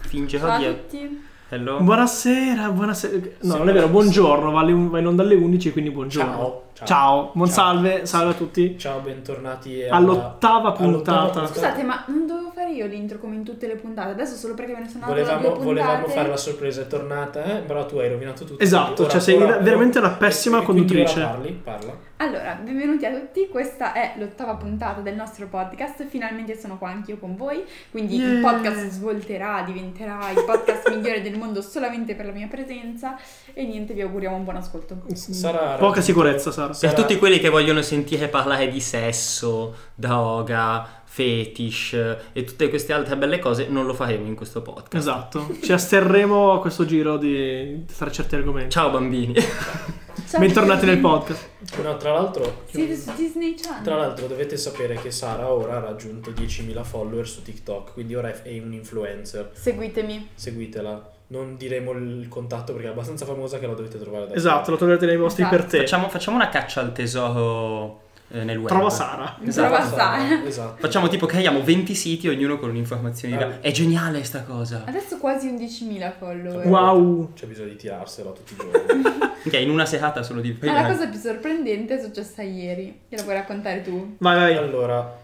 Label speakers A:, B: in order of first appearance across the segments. A: finge
B: Ciao a
A: Javier.
B: tutti.
A: Hello.
C: Buonasera, buonasera. No,
A: Sì,
C: non è
A: buonasera.
C: vero, buongiorno, va alle un- va in onda alle 11, quindi buongiorno.
D: Ciao, ciao.
C: buon
D: Ciao.
C: salve, salve a tutti.
D: Ciao, bentornati alla-
C: All'ottava
D: all'ottava
C: puntata.
D: puntata.
B: Scusate, ma non dovevo fare io l'intro come in tutte le puntate. Adesso solo perché ve ne sono andate da due
D: Volevamo,
B: puntate.
D: volevamo fare la sorpresa, è tornata, eh? però tu hai rovinato tutto.
C: Esatto,
D: Ora-
C: cioè sei
D: ora-
C: veramente una pessima
D: e quindi ora
C: conduttrice.
D: Parli, parla.
B: Allora, benvenuti a tutti. Questa è l'ottava puntata del nostro podcast. Finalmente sono qua anch'io con voi. Quindi il
C: Yeah.
B: podcast svolterà, diventerà il podcast migliore del mondo solamente per la mia presenza. E niente, vi auguriamo un buon ascolto.
D: Sarà
C: Poca sicurezza, Sara.
A: Per
D: Sarà-
A: tutti quelli che vogliono sentire parlare di sesso, droga, fetish e tutte queste altre belle cose, non lo faremo in questo podcast.
C: Esatto, ci asterremo a questo giro di tra certi argomenti.
A: Ciao bambini.
B: Ciao
C: Bentornati nel
B: tutti.
C: podcast.
D: No, tra l'altro,
B: Siete su Disney Channel.
D: tra l'altro dovete sapere che Sara ora ha raggiunto 10.000 follower su TikTok, quindi ora è- è un influencer.
B: Seguitemi.
D: Seguitela. Non diremo il contatto perché è abbastanza famosa che la dovete trovare da
C: Esatto, lo troverete nei vostri
B: Esatto.
C: per te.
A: Facciamo, facciamo una caccia al tesoro eh, nel web.
C: Trova Sara.
B: Esatto.
D: Esatto.
B: Sara.
D: esatto.
A: Facciamo tipo creiamo 20 siti, ognuno con un'informazione.
D: Ah.
A: diversa. È geniale sta cosa.
B: Adesso quasi 11.000 follower.
C: Wow.
D: C'è bisogno di tirarsela tutti i giorni.
A: Ok, in una serata solo di
C: eh.
B: Ma la cosa più sorprendente è successa ieri. Te la puoi raccontare tu?
C: Vai, vai.
D: allora,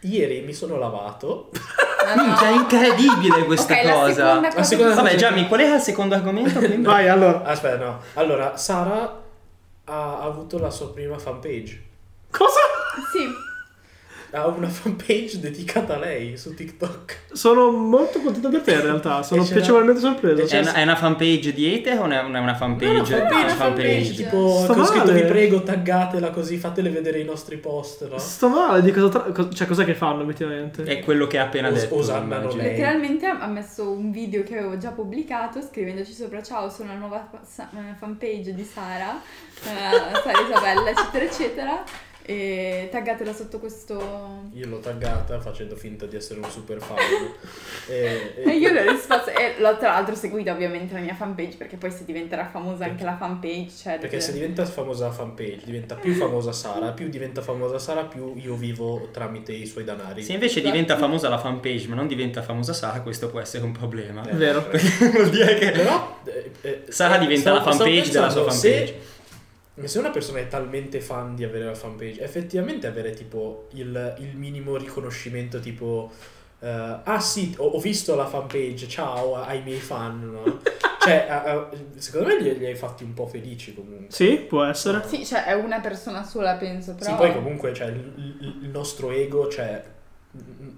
D: ieri mi sono lavato.
B: Ah, no.
A: Minchia, è incredibile questa
B: Ok, la
A: cosa.
B: seconda cosa
D: seconda
B: che-
D: cosa-
A: Vabbè, Gianni, qual era il secondo argomento? prima?
C: Vai, allora.
D: Aspetta, no. Allora, Sara ha avuto la sua prima fanpage.
C: Cosa?
B: Sì,
D: Ha una fanpage dedicata a lei su TikTok.
C: Sono molto contento per te in realtà, sono
D: E c'era-
C: piacevolmente sorpreso. Cioè,
A: È una, è una fanpage di Ether o è una, una fanpage?
B: fanpage,
A: Ah,
B: una fanpage.
D: Tipo,
C: Sta
D: con scritto
C: male.
D: vi prego taggatela così, fatele vedere i nostri post, no?
C: Sto male di cosa tra- co- cioè cos'è che fanno effettivamente?
A: È quello che ha appena
D: Os-
A: detto.
D: osannano
A: immagino.
D: lei.
B: letteralmente ha messo un video che avevo già pubblicato scrivendoci sopra ciao, sono la nuova fa- sa- eh, fanpage di Sara, eh, Sara Isabella, eccetera, eccetera. E taggatela sotto questo...
D: Io l'ho taggata facendo finta di essere un super fan. e, e-
B: E io le ho risposto, e l'ho tra l'altro seguita ovviamente la mia fanpage perché poi se diventerà famosa anche la fanpage, cioè...
D: Perché se
B: deve-
D: diventa famosa la fanpage, diventa più famosa Sara, più diventa famosa Sara, più io vivo tramite i suoi danari.
A: Se invece
B: Esatto.
A: diventa famosa la fanpage ma non diventa famosa Sara, questo può essere un problema.
D: Eh,
C: Vero.
A: Perché vuol dire che...
D: Però eh, eh,
A: Sara diventa la fanpage della sua
D: pensando,
A: fanpage.
D: Se, se una persona è talmente fan di avere la fanpage, effettivamente avere tipo il, il minimo riconoscimento tipo eh, ah sì, ho, ho visto la fanpage, ciao ai miei fan, no? cioè, ah, ah, secondo me li, li hai fatti un po' felici comunque.
C: Sì, può essere.
B: Sì, cioè è una persona sola penso, però...
D: Sì, poi comunque cioè, il, il- il nostro ego, cioè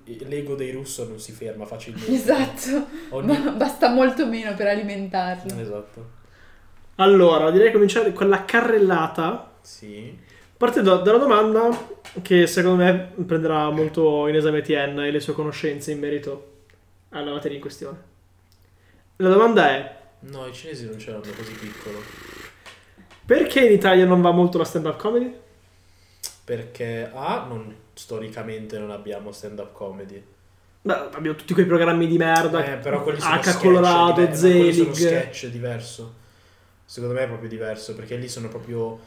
D: l'ego dei russo non si ferma facilmente.
B: Esatto,
D: Ogni-
B: ma basta molto meno per alimentarlo.
D: Esatto.
C: Allora, direi di cominciare con la carrellata.
D: Sì.
C: Partendo da una domanda che secondo me prenderà molto in esame TN e le sue conoscenze in merito alla materia in questione. La domanda è:
D: No, i cinesi non ce l'hanno così piccolo.
C: perché in Italia non va molto la stand-up comedy?
D: Perché A, non, storicamente non abbiamo stand-up comedy.
C: Beh, abbiamo tutti quei programmi di merda.
D: Eh, però quelli sono
C: H
D: sketch
C: Colorado,
D: diver- no, quelli sono
C: Zelig.
D: sketch diverso. Secondo me è proprio diverso, perché lì sono proprio...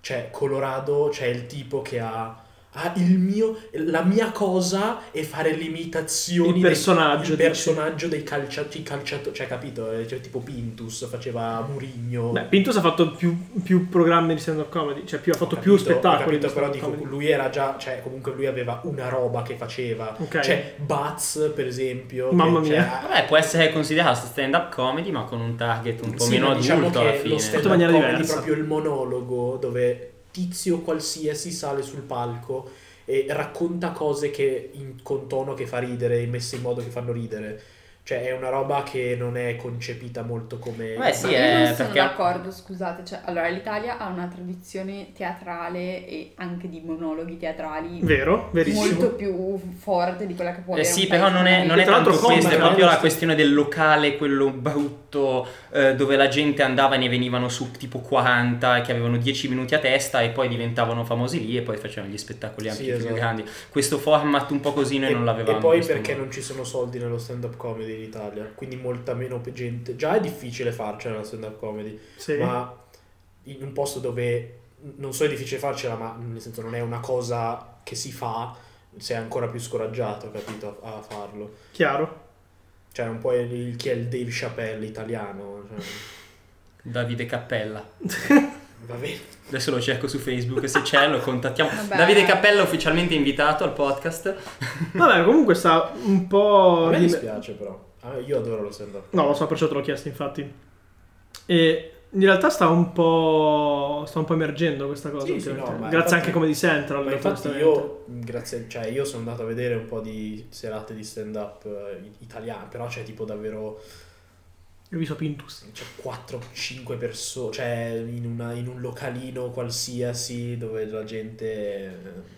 D: Cioè, Colorado, c'è il tipo che ha... ha il mio... la mia cosa e fare l'imitazione...
C: Il personaggio,
D: Dei, il
C: dici.
D: personaggio dei calciatori... calciatori cioè, capito? Eh, Cioè, tipo Pintus faceva Murigno...
C: Beh, Pintus ha fatto più, più programmi di stand-up comedy, cioè più- ha fatto
D: Ho
C: più
D: capito, ho
C: spettacoli.
D: capito,
C: di
D: però
C: stand-up
D: dico,
C: comedy.
D: lui era già, cioè comunque lui aveva una roba che faceva.
C: Ok.
D: Cioè Buzz, per esempio. che-
C: Mamma
D: cioè,
C: mia.
A: Vabbè, può essere considerato stand-up comedy ma con un target un po'
D: sì,
A: meno
D: ma diciamo
A: adulto alla
D: che
A: fine.
D: lo stand
C: In maniera
D: comedy
C: diversa.
D: proprio il monologo dove tizio qualsiasi sale sul palco e racconta cose che in- con tono che fa ridere, messe in modo che fanno ridere. Cioè è una roba che non è concepita molto come...
A: Beh, sì,
B: Ma io
A: eh,
B: non sono
A: perché-
B: d'accordo, scusate. Cioè, allora, l'Italia ha una tradizione teatrale e anche di monologhi teatrali
C: Vero, verissimo.
B: molto più forte di quella che può
A: Eh
B: avere.
A: sì,
B: un
A: però
B: paese
A: non è,
B: normale.
A: non è
C: Tra
A: tanto
C: l'altro Comma,
A: questo, è
C: tra
A: proprio la
C: l'altro-
A: questione del locale, quello brutto, eh, dove la gente andava e ne venivano su tipo 40 che avevano 10 minuti a testa e poi diventavano famosi lì e poi facevano gli spettacoli anche
D: Sì,
A: più
D: esatto.
A: grandi. Questo format un po' così noi
D: e,
A: non l'avevamo.
D: e poi perché non ci sono soldi nello stand-up comedy in Italia, quindi molta meno gente. Già è difficile farcela nello stand-up comedy,
C: Sì.
D: ma in un posto dove non so è difficile farcela, ma nel senso non è una cosa che si fa, sei ancora più scoraggiato, capito, a, a farlo.
C: Chiaro.
D: Cioè, un po' il, chi è il Dave Chappelle italiano. cioè.
A: Davide Cappella.
D: Va bene.
A: Adesso lo cerco su Facebook, se c'è lo contattiamo.
B: Vabbè.
A: Davide Cappella ufficialmente invitato al podcast.
C: Vabbè, comunque sta un po'...
A: Oh,
D: A me
C: di-
D: dispiace però. A me- Io adoro lo stand up.
C: No, lo so, perciò te l'ho chiesto, infatti. E in realtà sta un po'. sta un po' emergendo questa cosa.
D: Sì, sì,
C: ultimamente.
D: no, ma
C: Grazie
D: infatti-
C: anche come di Central.
D: Ma infatti
C: onestamente.
D: io, grazie, cioè io sono andato a vedere un po' di serate di stand up italiane, però c'è tipo davvero
C: Il viso Pintus.
D: cioè, 4-5 persone, cioè in, una- in un localino qualsiasi dove la gente eh,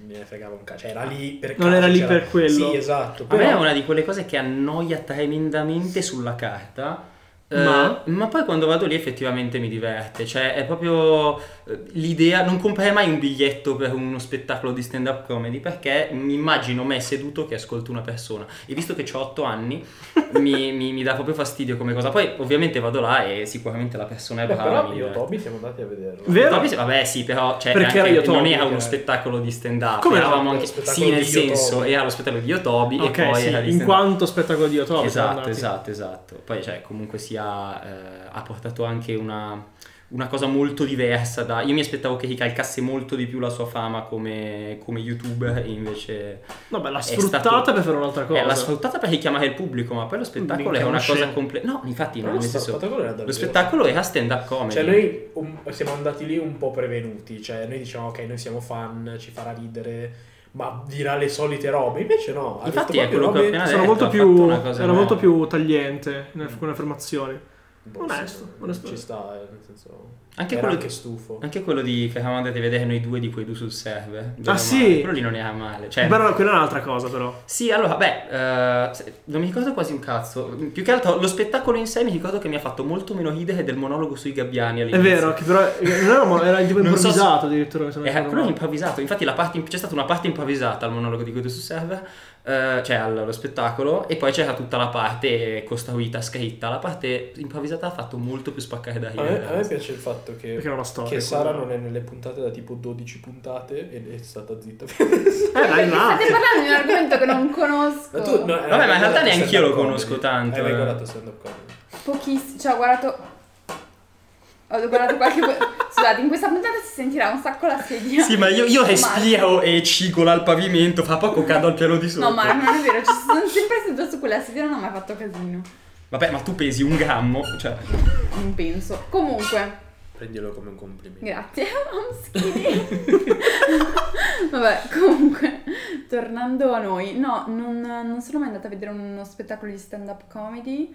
D: ne fregava un cazzo, cioè era lì per
C: Non
D: caso,
C: era lì
D: c'era-
C: per quello.
D: Sì, esatto.
A: A me è
D: Però,
A: una di quelle cose che annoia tremendamente sulla carta. eh,
C: Ma?
A: ma poi quando vado lì effettivamente mi diverte, cioè è proprio eh, l'idea, non comprerei mai un biglietto per uno spettacolo di stand up comedy perché mi immagino me seduto che ascolto una persona e visto che ho 8 anni mi, mi- mi dà proprio fastidio come cosa, poi ovviamente vado là e sicuramente la persona è
D: beh,
A: brava.
D: eh, però
A: mi
D: io e
A: diverte.
D: Toby siamo andati a vederlo.
C: eh. Vero?
A: Toby, vabbè, sì, però cioè,
C: Perché
A: anche-
C: era Io
A: non
C: Toby,
A: era uno
D: eh.
A: spettacolo di stand-up.
C: Come no?
A: eravamo
D: Era
A: anche-
D: lo spettacolo
A: sì, nel
D: di Io
A: senso,
D: Toby.
A: era lo spettacolo di Io Toby e
C: Ok,
A: poi
C: sì,
A: era di
C: in
A: stand-up.
C: quanto spettacolo di Otobi.
A: Esatto, esatto, esatto. Poi, cioè, comunque sia, eh, ha portato anche una, una cosa molto diversa da... Io mi aspettavo che ricalcasse molto di più la sua fama come, come youtuber e invece...
C: No, beh, l'ha
A: È
C: sfruttata
A: stato-
C: per fare un'altra cosa.
A: Eh, l'ha sfruttata per richiamare il pubblico, ma poi lo spettacolo
C: Minchia,
A: è una
C: non
A: cosa
C: scemo.
A: completa... No, infatti, no,
D: Però
A: nel
D: lo
A: senso...
D: spettacolo era davvero.
A: Lo spettacolo era stand-up comedy.
D: Cioè, noi um, siamo andati lì un po' prevenuti, cioè noi diciamo ok, noi siamo fan, ci farà ridere, ma dirà le solite robe, invece no. ha
A: Infatti
D: detto
A: è quello
D: proprio
A: che ho
D: robe-
C: Sono
A: detto,
C: molto
A: eh, ha
C: più,
A: fatto una cosa
C: era
A: nuova.
C: molto più tagliente in alcune affermazioni. Onesto,
D: Boh, sì,
C: onesto.
D: Ci sta, eh, nel senso...
A: Anche
D: era
A: quello-
D: anche stufo.
A: Anche quello di che eravamo andati a vedere noi due di quei due sul server. bene o male.
C: Ah, sì?
A: Quello lì non era male. Cioè,
C: Però quella è un'altra cosa, però.
A: Sì, allora, beh, eh, se- non mi ricordo quasi un cazzo. Più che altro lo spettacolo in sé mi ricordo che mi ha fatto molto meno ridere del monologo sui gabbiani
C: È
A: all'inizio.
C: vero, che però eh, non era, mo- era tipo
A: Non so se-
C: improvvisato addirittura. se non
A: Era
C: ricordo
A: Eh, quello
C: male.
A: improvvisato, infatti la parte, c'è stata una parte improvvisata al monologo di Guido su server, eh, cioè al- allo spettacolo, e poi c'era tutta la parte costruita, scritta. La parte improvvisata ha fatto molto più spaccare da
D: A me, a me
A: ridere.
D: piace il fatto che,
C: Perché era una storia.
D: che Sara non è nelle puntate da tipo 12 puntate ed è stata zitta. ma
C: Eh, dai, là.
B: State parlando di un argomento che non conosco.
D: tu, no,
A: Vabbè, ma in realtà neanche io lo conosco tanto,
D: Hai mai
A: eh.
D: guardato stand-up comedy?
B: Pochissimo, cioè ho guardato... Ho guardato qualche... Scusate, in questa puntata si sentirà un sacco la sedia.
A: Sì, ma io, io
B: Marco.
A: respiro e cigola al pavimento, fra poco cado al piano di sotto.
B: No, ma non è vero, ci sono sempre seduta su quella sedia, non ho mai fatto casino.
A: Vabbè, ma tu pesi un grammo, cioè...
B: Non penso. Comunque,
D: Prendilo come un complimento.
B: grazie. I'm skinny. Vabbè, comunque, tornando a noi, no, non, non sono mai andata a vedere uno spettacolo di stand-up comedy.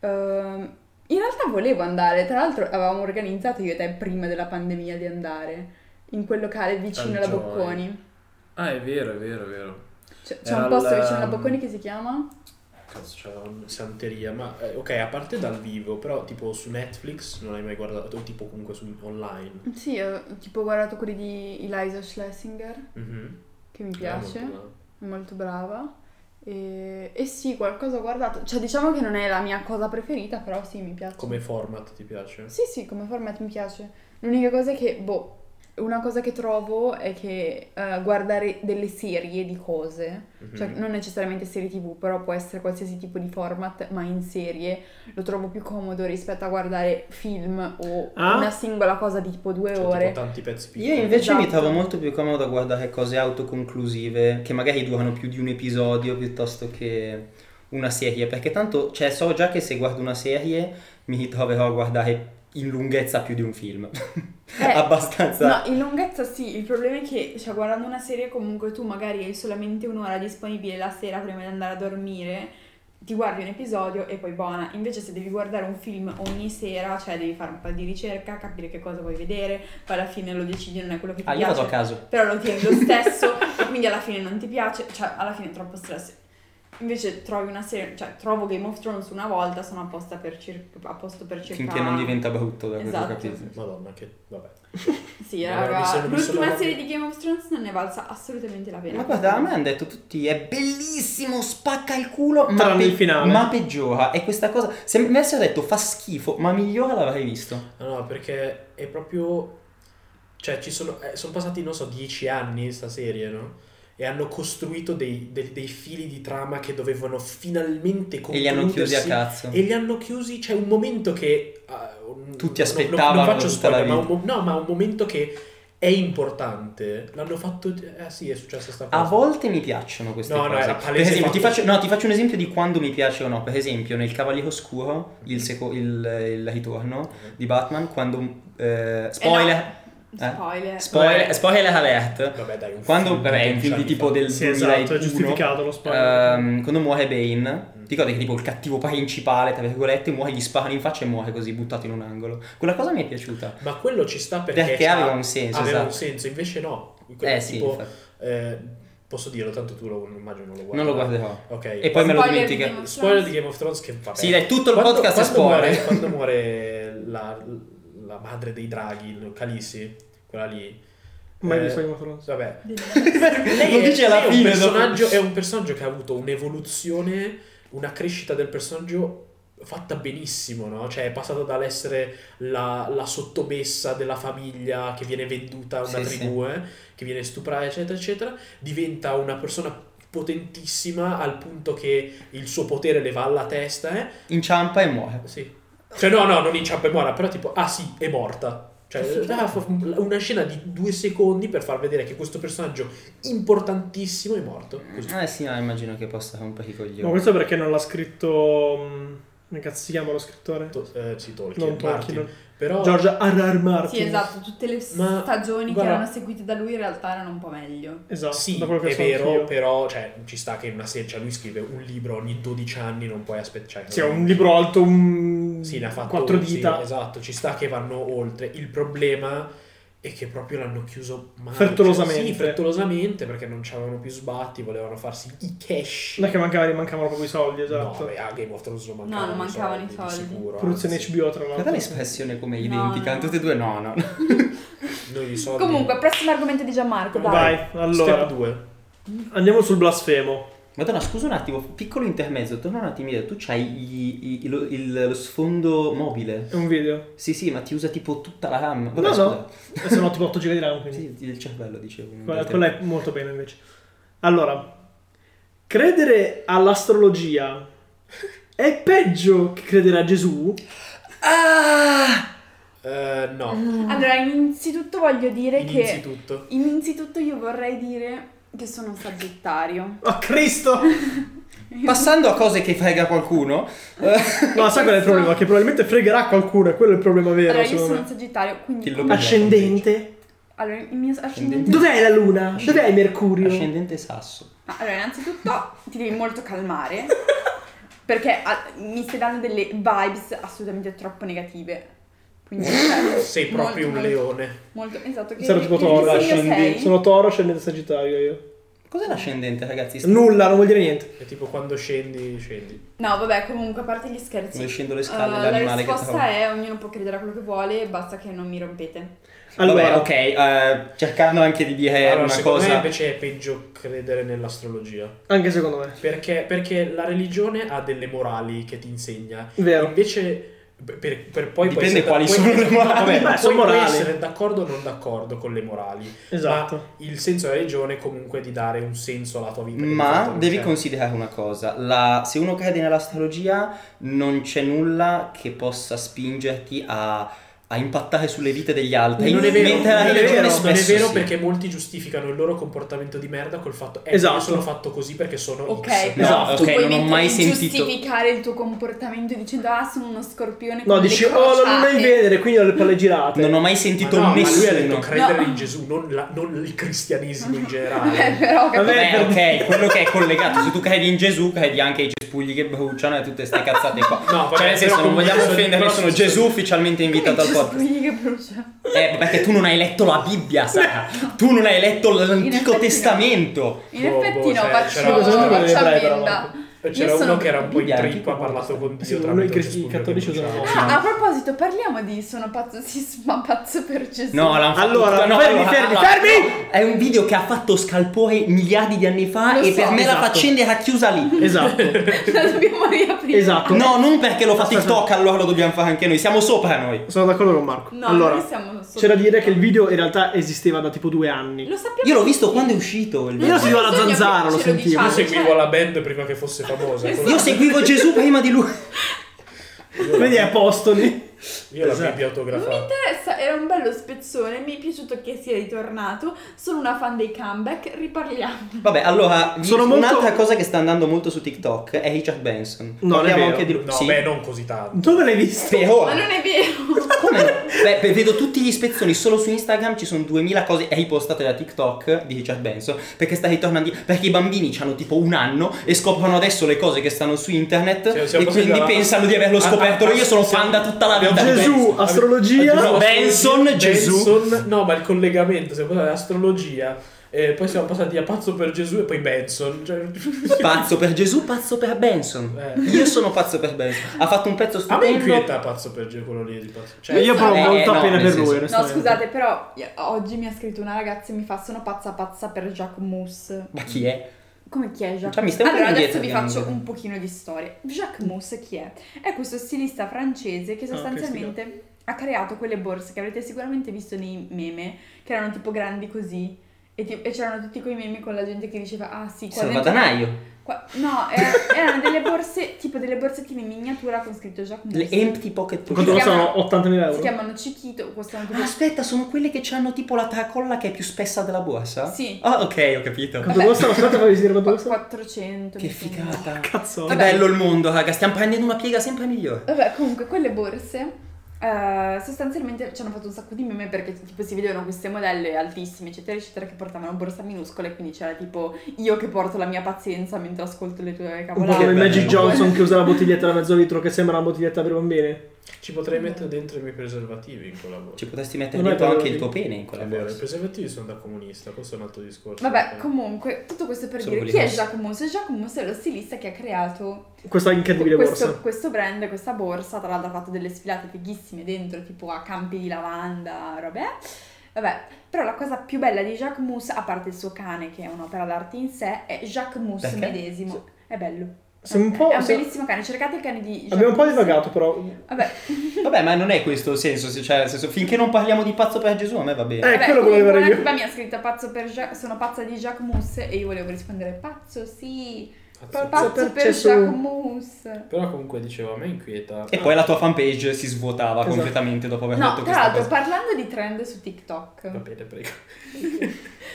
B: Ehm, in realtà volevo andare, tra l'altro avevamo organizzato io e te prima della pandemia di andare in quel locale vicino
D: Al
B: alla
D: Joy.
B: Bocconi.
D: Ah, è vero, è vero, è vero.
B: C'è, c'è un
D: Era
B: posto
D: al- ehm,
B: vicino alla Bocconi che si chiama?
D: Cazzo, c'era una santeria, ma eh, ok, a parte dal vivo, però tipo su Netflix non hai mai guardato, o tipo comunque su online.
B: Sì, ho tipo ho guardato quelli di Eliza Schlesinger,
D: Mhm.
B: che mi
D: Era
B: piace.
D: molto bravo.
B: molto brava. E, e sì, qualcosa ho guardato. Cioè, diciamo che non è la mia cosa preferita, però sì, mi piace.
D: Come format ti piace?
B: Sì, sì, come format mi piace. L'unica cosa è che, boh, una cosa che trovo è che eh, guardare delle serie di cose,
D: Mhm.
B: cioè non necessariamente serie tv, però può essere qualsiasi tipo di format, ma in serie lo trovo più comodo rispetto a guardare film o
C: Ah?
B: una singola cosa di tipo due
D: Cioè, tipo
B: ore.
D: tanti pezzi piccoli.
A: Io invece mi
B: Esatto.
A: trovo molto più comodo a guardare cose autoconclusive che magari durano più di un episodio piuttosto che una serie, perché tanto cioè, so già che se guardo una serie mi ritroverò a guardare in lunghezza più di un film.
B: Eh,
A: Abbastanza.
B: No, in lunghezza sì, il problema è che cioè, guardando una serie comunque tu magari hai solamente un'ora disponibile la sera prima di andare a dormire, ti guardi un episodio e poi buona. Invece se devi guardare un film ogni sera, cioè devi fare un po' di ricerca, capire che cosa vuoi vedere, poi alla fine lo decidi, non è quello che ti
A: Ah, io
B: piace.
A: vado a caso.
B: Però lo tieni lo stesso e quindi alla fine non ti piace, cioè alla fine è troppo stress. Invece trovi una serie, cioè trovo Game of Thrones una volta, sono apposta per circa, a posto per circa...
A: Finché non diventa brutto, da quello
B: Esatto.
A: che ho capito.
D: Madonna, che vabbè.
B: Sì,
D: No,
B: raga,
D: mi sono- mi
B: l'ultima
D: sono-
B: serie di Game of Thrones non ne valsa assolutamente la pena.
A: Ma guarda, a me hanno detto tutti è bellissimo, spacca il culo, ma,
C: Tranne il finale.
A: ma peggiora. E questa cosa, se mi avessero detto fa schifo, ma migliora l'avrei visto.
D: No, no, perché è proprio cioè ci sono eh, sono passati non so 10 anni sta serie, no? e hanno costruito dei, dei- dei fili di trama che dovevano finalmente
A: E li hanno chiusi a
D: concludersi
A: cazzo.
D: e li hanno chiusi, c'è un momento che... ah, un-
A: Tutti
D: no-
A: aspettavano
D: Non, faccio
A: tutta la
D: spoiler, ma un, mo- no, ma un momento che è importante. L'hanno fatto... Ah sì, è successa sta cosa.
A: A volte mi piacciono queste
D: No, no,
A: cose.
D: era
A: per
D: palese
A: esempio, ti
D: fatto-
A: faccio, no, ti faccio un esempio di quando mi piace o no. Per esempio, nel Cavaliere Oscuro, il, seco- il- il ritorno di Batman, quando... eh, spoiler, Eh?
B: Spoiler.
A: spoiler, spoiler alert.
D: Vabbè dai, un
A: Quando,
D: film
A: vabbè, è un
D: dieci
A: film di
D: anni
A: tipo
D: fa.
A: del
C: Sì, esatto, è
A: 2001,
C: giustificato lo spoiler.
A: Ehm, quando muore Bane, ti ricordi che tipo il cattivo principale, tra virgolette, muore, gli sparano in faccia e muore così, buttato in un angolo. Quella cosa mi è piaciuta.
D: Ma quello ci sta perché,
A: Perché
D: sa-
A: aveva un senso,
D: aveva
A: esatto.
D: un senso, invece no.
A: Eh
D: Quello
A: sì,
D: tipo,
A: infatti.
D: eh, posso dirlo, tanto tu lo, immagino non lo guardi.
A: non lo guarderò.
D: Ok.
A: E poi me lo
B: Spoiler
A: dimentico.
B: di-
D: Spoiler di Game of Thrones che vabbè.
A: Sì, dai, tutto il
D: Quando-
A: podcast è
D: quando
A: spoiler.
D: Muore, quando muore la, la madre dei draghi, Calissi, quella lì.
C: Mai
D: eh,
C: visto Game of Thrones.
D: Vabbè.
A: Lo
D: è-
A: dice alla
D: lei è
A: fine,
D: Un
A: dopo.
D: personaggio, è un personaggio che ha avuto un'evoluzione, una crescita del personaggio fatta benissimo, no? Cioè è passato dall'essere la, la sottomessa della famiglia che viene venduta a una
A: Sì,
D: tribù, eh, che viene stuprata, eccetera, eccetera, diventa una persona potentissima al punto che il suo potere le va alla testa, eh?
A: Inciampa e muore.
D: Sì. Cioè no, no, non inciampa e muore, però tipo, ah sì, è morta. Cioè, ah, fa- una scena di due secondi per far vedere che questo personaggio importantissimo è morto. Così.
A: Eh sì, no, immagino che possa rompere i coglioni.
C: Ma questo è perché non l'ha scritto. mh, Come cazzo si chiama lo scrittore?
D: To- eh, sì, Tolkien,
C: Non
D: Martin.
C: Tolkien. non-
D: Però
C: George R. R. Martin.
B: Sì, esatto, tutte le
D: Ma-
B: stagioni
D: guarda-
B: che erano seguite da lui in realtà erano un po' meglio.
C: Esatto,
D: sì,
C: da quello che
D: è
C: so
D: vero,
C: anch'io.
D: però cioè, ci sta che in una serie, cioè, lui scrive un libro ogni 12 anni, non puoi aspettare.
C: Sì, è un libro alto, un...
D: Sì, ne ha fatto
C: quattro
D: sì,
C: dita.
D: esatto, ci sta che vanno oltre. Il problema è che proprio l'hanno chiuso male.
C: Frettolosamente.
D: Cioè, sì, frettolosamente perché non c'avevano più sbatti, volevano farsi i cash.
C: Non è che mancava- mancavano proprio i soldi,
D: No,
C: esatto.
D: beh, a Game of Thrones non mancavano,
B: No, non mancavano i
D: di
B: soldi.
D: sicuro.
C: Produzione
D: anzi.
C: HBO, tra l'altro.
A: Guarda l'espressione come
B: No,
A: identica,
B: no.
A: tutte e due no, no.
D: Noi di soldi.
B: Comunque, prossimo argomento di Gianmarco, dai.
C: Vai, allora.
D: Step 2.
C: Andiamo sul blasfemo.
A: Madonna, scusa un attimo, piccolo intermezzo, torna un attimino, tu c'hai gli- i- lo, il- lo sfondo mobile.
C: È un video.
A: Sì, sì, ma ti usa tipo tutta la RAM.
C: No,
A: Vabbè,
C: no.
A: scusa.
C: E sono tipo 8 giga di RAM, quindi...
A: Sì, il cervello dicevo. non
C: Quella,
A: del
C: quella è molto bene, invece. Allora. Credere all'astrologia è peggio che credere a Gesù?
A: tempo. Ah!
D: Eh, no,
B: Allora, innanzitutto voglio dire che...
D: innanzitutto.
B: Innanzitutto io vorrei dire che sono un sagittario.
C: Oh, Cristo!
A: Passando a cose che frega qualcuno,
C: No, sai qual è il problema? Che probabilmente fregherà qualcuno, e quello è il problema vero,
B: Allora, io
C: secondo
B: sono un
C: me.
B: sagittario, quindi...
A: Dillo bene.
C: Ascendente?
B: Allora, il mio
A: Ascendente.
B: ascendente...
C: Dov'è la luna? Dov'è Mercurio?
A: ascendente sasso.
B: Ma Allora, innanzitutto ti devi molto calmare perché ah, mi stai dando delle vibes assolutamente troppo negative. Quindi cioè,
D: Sei proprio
B: molto,
D: un
B: molto-
D: leone.
B: Molto, esatto, che,
C: Sarò tipo
B: che
C: toro,
B: segno
C: ascendi-
B: sei?
C: Sono toro, ascendente sagittario io.
A: Cos'è l'ascendente, ragazzi?
C: Nulla, non vuol dire niente.
D: È tipo quando scendi, scendi.
B: No, vabbè, comunque a parte gli scherzi.
A: Dove scendo le scale,
B: eh, la
A: l'animale che
B: risposta
A: trovo.
B: è ognuno può credere a quello che vuole, basta che non mi rompete.
C: Allora,
A: Vabbè, ok, eh, cercando anche di dire
D: allora,
A: una
D: secondo me
A: cosa.
D: invece è peggio credere nell'astrologia.
C: anche secondo me.
D: Perché, perché la religione ha delle morali che ti insegna.
C: Vero.
D: Invece, per, per poi
A: Dipende
D: puoi essere-
A: quali sono
D: puoi-
A: le
D: no,
A: morali.
D: vabbè,
C: Beh,
D: puoi-
C: sono
D: puoi
C: morali.
D: essere d'accordo o non d'accordo con le morali.
C: Esatto.
D: Ma il senso della religione comunque è di dare un senso alla tua vita. che di fatto
A: Ma
D: non
A: devi
D: c'è.
A: considerare una cosa, la- se uno crede nell'astrologia non c'è nulla che possa spingerti a, a impattare sulle vite degli altri,
D: Non è vero,
A: mentre la
D: non è
A: religione
D: vero, non è
A: spesso
D: vero
A: sì.
D: perché molti giustificano il loro comportamento di merda col fatto eh,
C: Esatto.
D: io sono fatto così perché sono
B: Ok,
D: X.
A: No,
B: però tu
A: ok,
B: puoi
A: non ho
B: mettere-
A: mai sentito-
B: giustificare il tuo comportamento dicendo ah sono uno scorpione
C: No,
B: con le
C: dici, oh, la luna
B: crociate".
C: in Venere, quindi ho le palle girate.
A: Non ho mai
D: Ma
A: sentito
D: no, ma lui ha detto
A: nessuno.
D: credere
B: No.
D: in Gesù, non, la- non il cristianesimo in
B: Eh,
D: generale.
B: però
C: Vabbè,
A: Vabbè,
C: per-
A: ok, quello che è collegato, se tu credi in Gesù credi anche ai cespugli che bruciano e tutte queste cazzate qua.
D: No, vabbè,
A: cioè nel senso
D: però
A: non vogliamo
D: comunque-
A: offendere
D: però
A: nessuno,
D: sono-
A: Gesù ufficialmente invitato al podcast.
B: Quindi che brucia.
A: Eh, perché tu non hai letto la Bibbia, Sara. Tu non hai letto
B: In
A: l'Antico
B: effetti no.
A: Testamento.
B: In
D: Boh,
B: effetti
D: boh,
B: no,
D: cioè,
B: faccio,
D: c'era-
C: Secondo me
B: faccio
C: dovrebbe, però,
B: ammenda.
C: no.
D: C'era
B: Io sono
D: uno che era un po' in
A: bianchi,
D: trippa, ha
A: come
D: parlato
A: questa.
D: con Dio
C: Sì, uno
D: tramite
C: i
D: un
C: cristi- i
D: cespuglio
C: cattolici
D: che bruciava.
C: usano-
B: Ah, a proposito, parliamo di Sono pazzo sì, ma pazzo per Gesù.
A: No, l'hanno fatto-
C: Allora,
A: no,
C: fermi,
A: allora,
C: fermi,
A: allora,
C: fermi!
A: no, È un video che ha fatto scalpore miliardi di anni fa
B: Lo
A: e
B: so,
A: per me
C: esatto.
A: la faccenda era chiusa lì.
C: Esatto.
B: La dobbiamo riaprire.
C: Esatto.
A: No, non perché lo fa
C: Aspetta.
A: TikTok, allora lo dobbiamo fare anche noi. Siamo sopra noi.
C: Sono d'accordo con Marco.
B: No,
C: allora,
B: noi siamo solo-
C: c'è da dire che il video in realtà esisteva da tipo due anni.
B: Lo sappiamo.
A: Io l'ho visto quando è uscito. il
C: Io
A: video.
C: lo sentivo la
B: Bisogna
C: zanzara, lo
B: che ce lo
C: sentivo.
D: Io
B: diciamo.
D: seguivo la band prima che fosse famosa.
B: Esatto.
A: Io seguivo Gesù prima di lui.
D: Io
C: Quindi è
D: la,
C: posto lì.
D: io la
A: Esatto.
D: Bibbia
B: Non mi
D: autografata.
B: interessa, era un bello spezzone, mi è piaciuto che sia ritornato, sono una fan dei comeback, riparliamo.
A: Vabbè, allora, vi-
C: Sono molto-
A: un'altra cosa che sta andando molto su TikTok è Richard Benson.
C: No, non è
A: Parliamo
C: vero.
A: anche di lui.
D: No,
A: Sì.
D: beh, non così tanto.
C: Dove l'hai visto?
A: Per ora.
B: Ma non è vero.
A: Come no? Beh, beh, vedo tutti gli spezzoni, solo su Instagram ci sono 2000 cose ripostate da TikTok di Richard Benson, perché sta ritornando, perché i bambini hanno tipo un anno e scoprono adesso le cose che stanno su internet
D: Cioè, siamo
A: e
D: passati
A: quindi
D: dalla-
A: pensano di averlo
D: Ah,
A: scoperto.
D: ah, ah,
A: Io sono
D: siamo-
A: fan da tutta la vita. di Benson.
C: Gesù, astrologia.
A: No, Benson,
D: Astrologia,
A: Gesù.
D: Benson, no, ma il collegamento, siamo passati all'astrologia, e eh, poi siamo passati a Pazzo per Gesù e poi Benson. Cioè,
A: Pazzo per Gesù, pazzo per Benson.
D: eh.
A: Io sono pazzo per Benson. Ha fatto un pezzo
D: A me
A: stupendo.
D: inquieta Pazzo per Gesù, quello lì di Pazzo. Cioè,
C: Io provo
B: Eh,
C: molto
A: no,
C: appena
A: nel
C: per
A: senso-
C: lui.
B: No,
C: onestamente.
B: scusate, però io- oggi mi ha scritto una ragazza e mi fa sono pazza pazza per Jacquemus.
A: Ma chi è?
B: Come chi è Jacques
A: Cioè, mi stai un po'
B: Allora adesso
A: indietro
B: vi
A: piano.
B: faccio un pochino di storia.
A: Mm.
B: Jacques Mousse chi è? È questo stilista francese che
C: Ah,
B: sostanzialmente ha creato quelle borse che avrete sicuramente visto nei meme, che erano tipo grandi così. E, ti- e c'erano tutti quei meme con la gente che diceva, ah sì, qua dentro-
A: Salvadanaio.
B: qua- No, era- erano delle borse, tipo delle borsettine in miniatura con scritto Jacques
A: Le
B: Mousse.
A: empty pocket
C: Quanto
B: Si
A: pussy.
B: chiama-
C: costano 80.000
B: Si
C: euro?
B: chiamano Chiquito, costano
A: Ah,
B: così.
A: aspetta, sono quelle che hanno tipo la tracolla che è più spessa della borsa?
B: Sì.
A: Ah, ok, ho capito.
C: Quanto
B: Vabbè.
C: costano? Aspetta, fammi dire quanto
B: Qua-
C: costano.
B: 400.
A: Che
B: mi sembra.
A: figata. Che
C: Cazzo.
B: Vabbè.
A: bello il mondo, raga. Stiamo prendendo una piega sempre migliore.
B: Vabbè, comunque, quelle borse eh, sostanzialmente ci hanno fatto un sacco di meme perché tipo si vedevano queste modelle altissime, eccetera, eccetera, che portavano borsa minuscola e quindi c'era tipo io che porto la mia pazienza mentre ascolto le tue
C: Un po' come
B: cavolate.
A: bello.
C: Magic Johnson che usa la bottiglietta da mezzo litro che sembra una bottiglietta per bambini.
D: ci potrei mettere dentro i miei preservativi in quella borsa.
A: Ci potresti mettere
C: Non è
A: dentro
C: vero,
A: anche il
C: sì.
A: tuo pene in quella
D: È vero, i
A: borsa.
D: preservativi sono da comunista, questo è un altro discorso.
B: Vabbè,
D: Eh.
B: comunque, tutto questo per
A: Solo
B: dire chi
A: quelli
B: è
A: grossi.
B: Giacomus? Giacomus è lo stilista che ha creato
C: Questa incredibile
B: questo,
C: borsa.
B: questo brand, questa borsa, tra l'altro ha fatto delle sfilate fighissime dentro, tipo a campi di lavanda, robe. eh. Vabbè, però la cosa più bella di Jacques Mousse, a parte il suo cane che è un'opera d'arte in sé, è Jacques Mousse
A: Perché?
B: medesimo. È bello.
C: Siamo un po'-
B: È un
C: siamo-
B: bellissimo cane, cercate il cane di Jacques
C: Abbiamo un po'
B: Mousse.
C: divagato Eh, però.
B: Vabbè,
A: Vabbè, ma non è questo il senso. se- Cioè, nel senso, finché non parliamo di pazzo per Gesù, a me va bene.
C: Eh,
B: vabbè,
C: quello volevo
B: comunque
C: dire io.
B: una tipa mi ha scritto pazzo per Jacques- sono pazza di Jacques Mousse e io volevo rispondere pazzo sì,
D: Pazzo.
B: pazzo, per,
C: per Gesù.
B: Jacques Mousse.
D: Però comunque dicevo, a me inquieta.
A: E poi la tua fanpage si svuotava
C: Esatto.
A: completamente dopo aver
B: No,
A: detto
B: tra
A: questa
B: l'altro
A: cosa.
B: parlando di trend su TikTok.
D: Va bene, prego.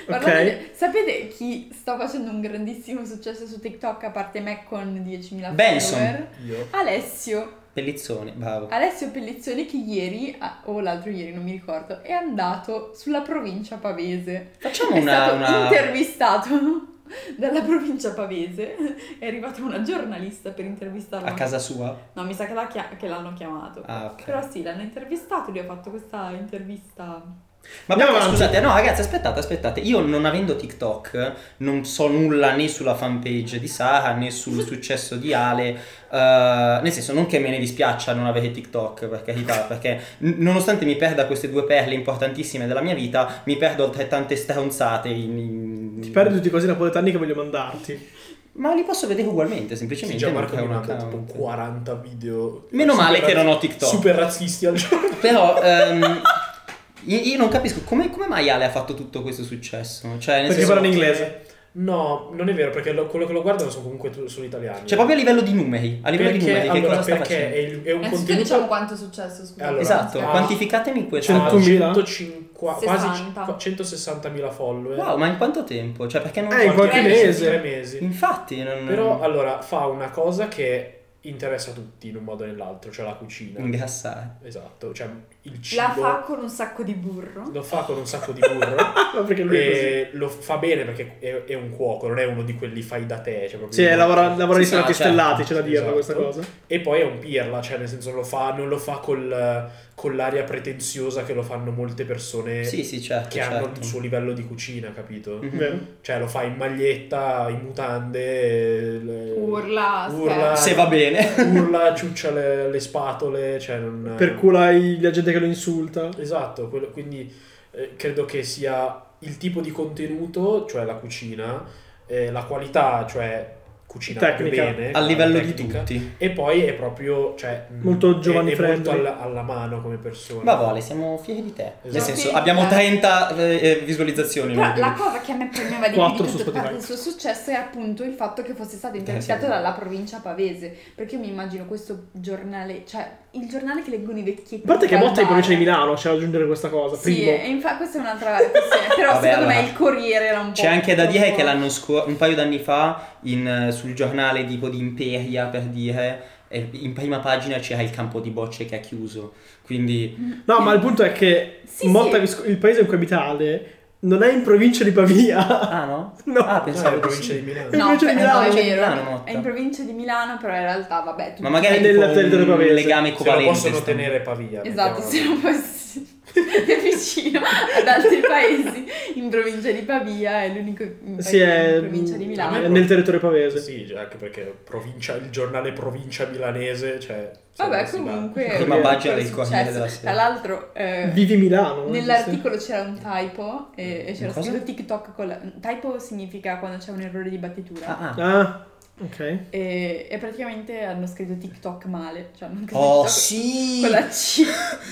B: Parlando
C: Ok.
B: di- Sapete chi sta facendo un grandissimo successo su TikTok a parte me con 10.000
A: Benson.
B: follower?
D: Io.
B: Alessio,
A: Pellizzone, bravo.
B: Alessio Pellizzoni che ieri, ah, o l'altro ieri non mi ricordo, è andato sulla provincia pavese.
A: Facciamo
B: è
A: una...
B: stato
A: una...
B: intervistato dalla provincia pavese. È arrivata una giornalista per intervistarlo.
A: A casa sua?
B: No, mi sa che, l'ha chia- che l'hanno chiamato.
A: Ah, ok.
B: Però sì, l'hanno intervistato, lui ha fatto questa intervista.
A: Ma
C: Andiamo
A: perché,
C: avanti.
A: scusate, no ragazzi, aspettate, aspettate. Io non avendo TikTok, non so nulla né sulla fanpage di Sara né sul successo di Ale. eh, nel senso, non che me ne dispiaccia non avere TikTok, per carità, perché n- nonostante mi perda queste due perle importantissime della mia vita, mi perdo altrettante stronzate. In, in-
C: Ti perdi tutti i cosi napoletani che voglio mandarti.
A: Ma li posso vedere ugualmente,
D: Sì,
A: semplicemente.
D: già
A: non
D: Marco
A: creo
D: mi
A: un
D: manda tipo
A: account.
D: 40 video.
A: Meno
D: super
A: male che
D: razz-
A: non ho TikTok.
D: Super razzisti al giorno.
A: Però ehm, io, io non capisco come, come mai Ale ha fatto tutto questo successo. Cioè, nel
C: Perché
A: senso,
C: parla in inglese.
D: Esatto. No, non è vero, perché lo- quello che lo guardano sono comunque tu- solo italiani.
A: Cioè, proprio a livello di numeri, a livello
D: perché,
A: di numeri, che
D: allora,
A: cosa sta
D: perché
A: facendo?
D: è, il- è un
B: Innanzitutto
D: contenuto
B: diciamo quanto è successo, scusa.
D: Allora,
A: Esatto,
D: Ah.
A: quantificatemi
C: Cioè,
A: questo.
D: a
C: 100.000?
D: 105 quasi
B: 60.
D: 160.000 follower.
A: Wow, ma in quanto tempo? Cioè, perché non
C: Eh, in
A: qualche- Mm.
C: qualche
D: Tre mesi,
C: mese.
D: Tre mesi.
A: Infatti, non...
D: Però allora fa una cosa che interessa a tutti in un modo o nell'altro, cioè la cucina.
A: Ingrassare.
D: Esatto, cioè il cibo
B: La fa con un sacco di burro.
D: lo fa con un sacco di burro.
C: Ma perché lui
A: Eh,
C: è così?
D: e lo fa bene perché è, è un cuoco, non è uno di quelli fai da te. Cioè proprio
C: Sì, lavora, lavora
A: Sì,
C: nei
A: sì,
C: salati
A: no, certo.
C: stellati, c'è da dirlo
D: Esatto.
C: questa cosa.
D: E poi è un pirla, cioè nel senso lo fa, non lo fa col- con l'aria pretenziosa che lo fanno molte persone
A: Sì, sì, certo.
D: eh, che hanno il suo livello di cucina, capito?
A: Mhm.
C: Vero.
D: Cioè lo fa in maglietta, in mutande, le-
B: Urla,
D: urla,
A: Se va bene.
D: urla, ciuccia le, le spatole, cioè non...
C: Per cura i- la gente che lo insulta.
D: Esatto, quello- quindi eh, credo che sia il tipo di contenuto, cioè la cucina, eh, la qualità, cioè cucina
C: Tecnica.
D: bene,
A: Al livello di
D: tecnica,
A: tutti.
D: E poi è proprio, cioè, mh,
C: Molto giovani
D: è, è molto
C: friendly.
D: alla, alla mano come persona.
A: Ma vale, siamo fieri di te. Nel
D: Esatto.
A: senso,
B: Fieri di
A: abbiamo
B: te.
A: 30 eh, eh, visualizzazioni.
B: Però
A: noi.
B: la cosa che a me premeva di
C: Quattro
B: più di
C: su
B: tutto
C: Spotify.
B: il suo successo è appunto il fatto che fosse stato
A: Eh,
B: interpretato
A: sì.
B: dalla provincia pavese. Perché io mi immagino questo giornale, cioè il giornale che leggono i vecchietti.
C: A parte che
B: al
C: Motta è in
B: bar.
C: provincia di Milano, c'è da aggiungere questa cosa.
B: Sì, eh.
C: Primo.
B: e infatti questa è un'altra questione. Però
A: Vabbè,
B: secondo me
A: allora,
B: il Corriere era un po'.
A: C'è anche da dire
B: troppo-
A: che l'anno scorso, un paio d'anni fa, in, eh, sul giornale tipo di Imperia, per dire, eh, in prima pagina c'era il campo di bocce che ha chiuso. Quindi,
C: No, ma il punto è che
B: Sì,
C: Motta,
B: sì.
C: Visco- il paese in cui abitale, non è in provincia di Pavia.
A: ah no?
C: No.
A: ah,
D: No,
A: pensavo
D: è
A: di
D: la provincia
A: sì.
D: di Milano.
C: in
B: No,
C: provincia di
B: è
C: Milano,
B: vero,
A: c'è Milano, Motta.
B: è in provincia di Milano, però in realtà, vabbè. tutti-
A: Ma magari
C: È
A: è
C: nel
A: tipo
C: territorio
A: un
C: pavese.
A: legame
D: Se lo
A: covalente.
D: possono
A: sta-
D: tenere Pavia.
B: Esatto,
D: mettiamola
B: se non fossi è vicino ad altri paesi in provincia di Pavia, è l'unico in,
C: Sì, è
B: in provincia di Milano.
C: è nel territorio pavese.
D: così. Sì, già, anche perché provincia- il giornale provincia milanese, cioè...
B: Vabbè,
D: si va.
B: comunque.
A: Prima
B: è
A: pagina
B: un
A: del
B: successo.
A: Corriere della Sera.
B: Tra l'altro, eh,
C: Vivi Milano. non esiste.
B: nell'articolo c'era un typo e, e c'era
A: Cosa?
B: scritto TikTok. Con la... Typo significa quando c'è un errore di battitura.
A: Ah, ah.
C: Ah, ok.
B: E, e praticamente hanno scritto TikTok male. Cioè, hanno scritto
A: Oh
B: TikTok
A: sì!
B: con la C.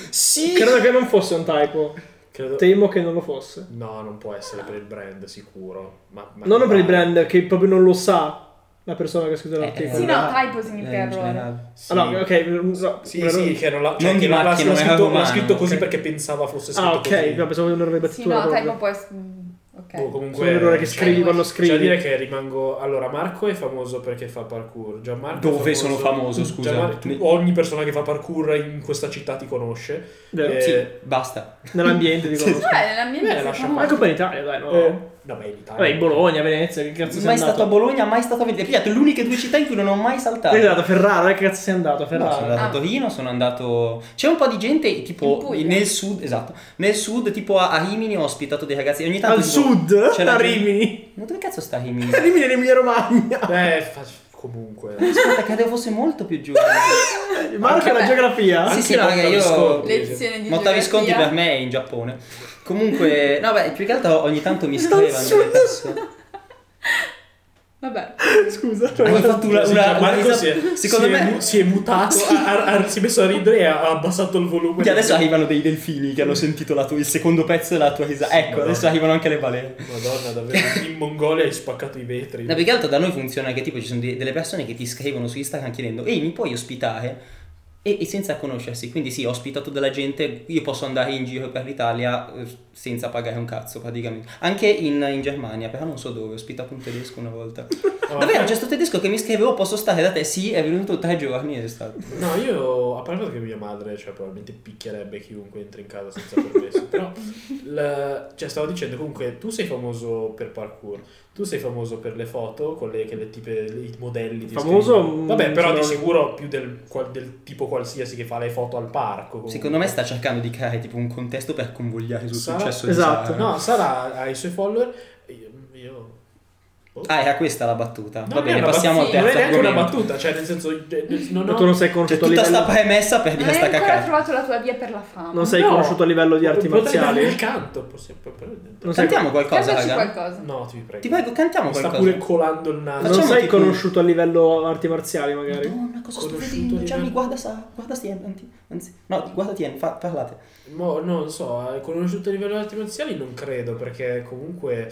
A: Sì!
C: Credo che non fosse un typo.
D: Credo-
C: Temo che non lo fosse.
D: No, non può essere per il brand, sicuro. Ma, ma-
C: Non per il brand, che proprio non lo sa la persona che ha scritto
A: Eh,
C: l'articolo.
B: Sì, no,
A: allora-
B: typo significa
A: Eh, in
B: errore.
A: generale.
D: Sì.
C: Ah, no, ok. Ah, no,
D: Sì,
C: però-
D: sì, che non l'ha, cioè,
A: Non cioè.
D: che
A: di
D: l'ha-
A: macchina,
D: l'ha- l'ha
A: era
D: scritto, l'ha
A: romano,
D: scritto così
C: ok.
D: perché pensava fosse scritto
C: Ah, ok.
D: così.
C: no, pensavo di un errore di
B: Sì,
C: battitura.
B: no,
C: proprio.
B: typo poi. mm, Ok.
D: Boh,
C: Sono un errore che scrivi
B: Cioè,
C: quando
B: c'è
D: C'è da
C: scrivi.
D: dire che rimango. Allora, Marco è famoso perché fa parkour. Gianmarco è
A: Dove sono famoso, scusa?
D: Gianmarco- tu-
A: Ne-
D: ogni persona che fa parkour in questa città ti conosce.
C: Vero.
D: Eh,
A: Sì, basta.
C: Nell'ambiente di conosco.
B: Vabbè, nella mia
D: Beh,
B: vita
D: lascia
B: siamo-
C: Ma anche per l'Italia, dai, no?
D: Eh, no, ma è in Italia.
C: Vabbè, in Bologna, Venezia, che cazzo sei
A: mai
C: andato?
A: stato a Bologna, mai stato a Venezia. Ho pigliato le uniche due città in cui non ho mai saltato.
C: Esatto, Ferrara, che cazzo sei andato? a
A: No, sono
C: Ferrara.
A: andato a
B: Ah.
A: Torino, sono andato. C'è un po' di gente
B: In
A: tipo
B: Puglia.
A: nel sud, esatto. Nel sud, tipo a, a Rimini ho ospitato dei ragazzi. Ogni tanto.
C: Al
A: tipo,
C: sud?
A: c'è la
C: a
A: gente-
C: Rimini.
A: Ma dove cazzo sta Rimini?
C: Rimini è in Emilia Romagna.
D: Beh, fa- comunque.
A: Aspetta, credevo fosse molto più giovane.
C: Marco è la
B: Vabbè.
C: geografia.
A: sì,
D: Anche
A: sì, no,
D: Motta
A: raga, io.
D: Visconti.
B: Lezione di
A: Motta Visconti
B: geografia.
A: per me è in Giappone. Comunque, no, beh, più che altro ogni tanto mi scrivono
C: sud.
A: delle persone.
B: Vabbè.
C: Scusa.
A: Hai fatto una,
D: Sì,
A: una-
D: Gianmarco
A: una risa-
D: si è,
A: Secondo
D: si è
A: me.
D: mu- si è mutato, ha- ha- ha- si è messo a ridere e ha abbassato il volume.
A: Che adesso arrivano dei delfini che hanno sentito la tua- il secondo pezzo della tua risata.
D: Sì,
A: ecco,
D: madonna.
A: adesso arrivano anche le balene.
D: Madonna, davvero. In Mongolia hai spaccato i vetri.
A: No, più che altro da noi funziona che tipo ci sono de- delle persone che ti scrivono su Instagram chiedendo Ehi, mi puoi ospitare? E, e senza conoscersi, quindi sì, ho ospitato della gente, io posso andare in giro per l'Italia eh, senza pagare un cazzo praticamente. Anche in, in Germania, però non so dove, ho ospitato un tedesco una volta.
D: No,
A: Davvero, c'è sto tedesco che mi scriveva, "Oh, posso stare da te? Sì, è venuto tre giorni ed è stato.
D: No, io a parte che mia madre, cioè, probabilmente picchierebbe chiunque entri in casa senza permesso. però, la- cioè, stavo dicendo comunque, tu sei famoso per parkour, tu sei famoso per le foto, con le, che le tipe, i modelli. ti
C: Famoso,
D: scrivono. Vabbè,
C: mm,
D: però di
C: sono-
D: sicuro più del, qual- del tipo qualsiasi che fa le foto al parco. comunque.
A: Secondo me sta cercando di creare tipo un contesto per convogliare sul
D: Sarà-
A: successo
C: esatto,
A: di Sara.
D: No, Sara ha i suoi follower. Io. io- boh.
A: Ah, era questa la battuta.
D: No,
A: Va
D: non è
A: bene,
D: una
A: passiamo al
B: bat- sì,
A: terzo
D: Non è neanche una
A: argomento.
D: battuta, cioè, nel senso. Non ho...
C: Tu non sei
A: Cioè,
C: conosciuto a
A: tutta
C: livello...
A: sta premessa per
B: Non
A: dire
B: hai
A: sta
B: ancora
A: cacata.
B: trovato la tua via per la fama.
C: Non sei
D: No.
C: conosciuto a livello di arti
D: Potrei dargli
C: marziali.
D: il canto, possiamo. però-
C: Non sei,
A: Cantiamo qualcosa,
B: Cacciaci
A: raga.
B: qualcosa.
D: No, ti prego.
A: Ti prego, cantiamo
D: Mi sta
A: qualcosa.
D: pure colando il
C: non
D: naso.
A: Facciamo
C: sei
A: tipo- Esatto.
C: conosciuto a livello arti marziali, magari.
A: Madonna, cosa sto
D: Conosciuto
A: vedendo?
D: di
A: Gianni,
D: me.
A: guarda, sa, guarda Tien, anzi, anzi, no, guarda Tien, fa, parlate.
D: Mo, non so, eh, conosciuto a livello di arti marziali non credo, perché comunque...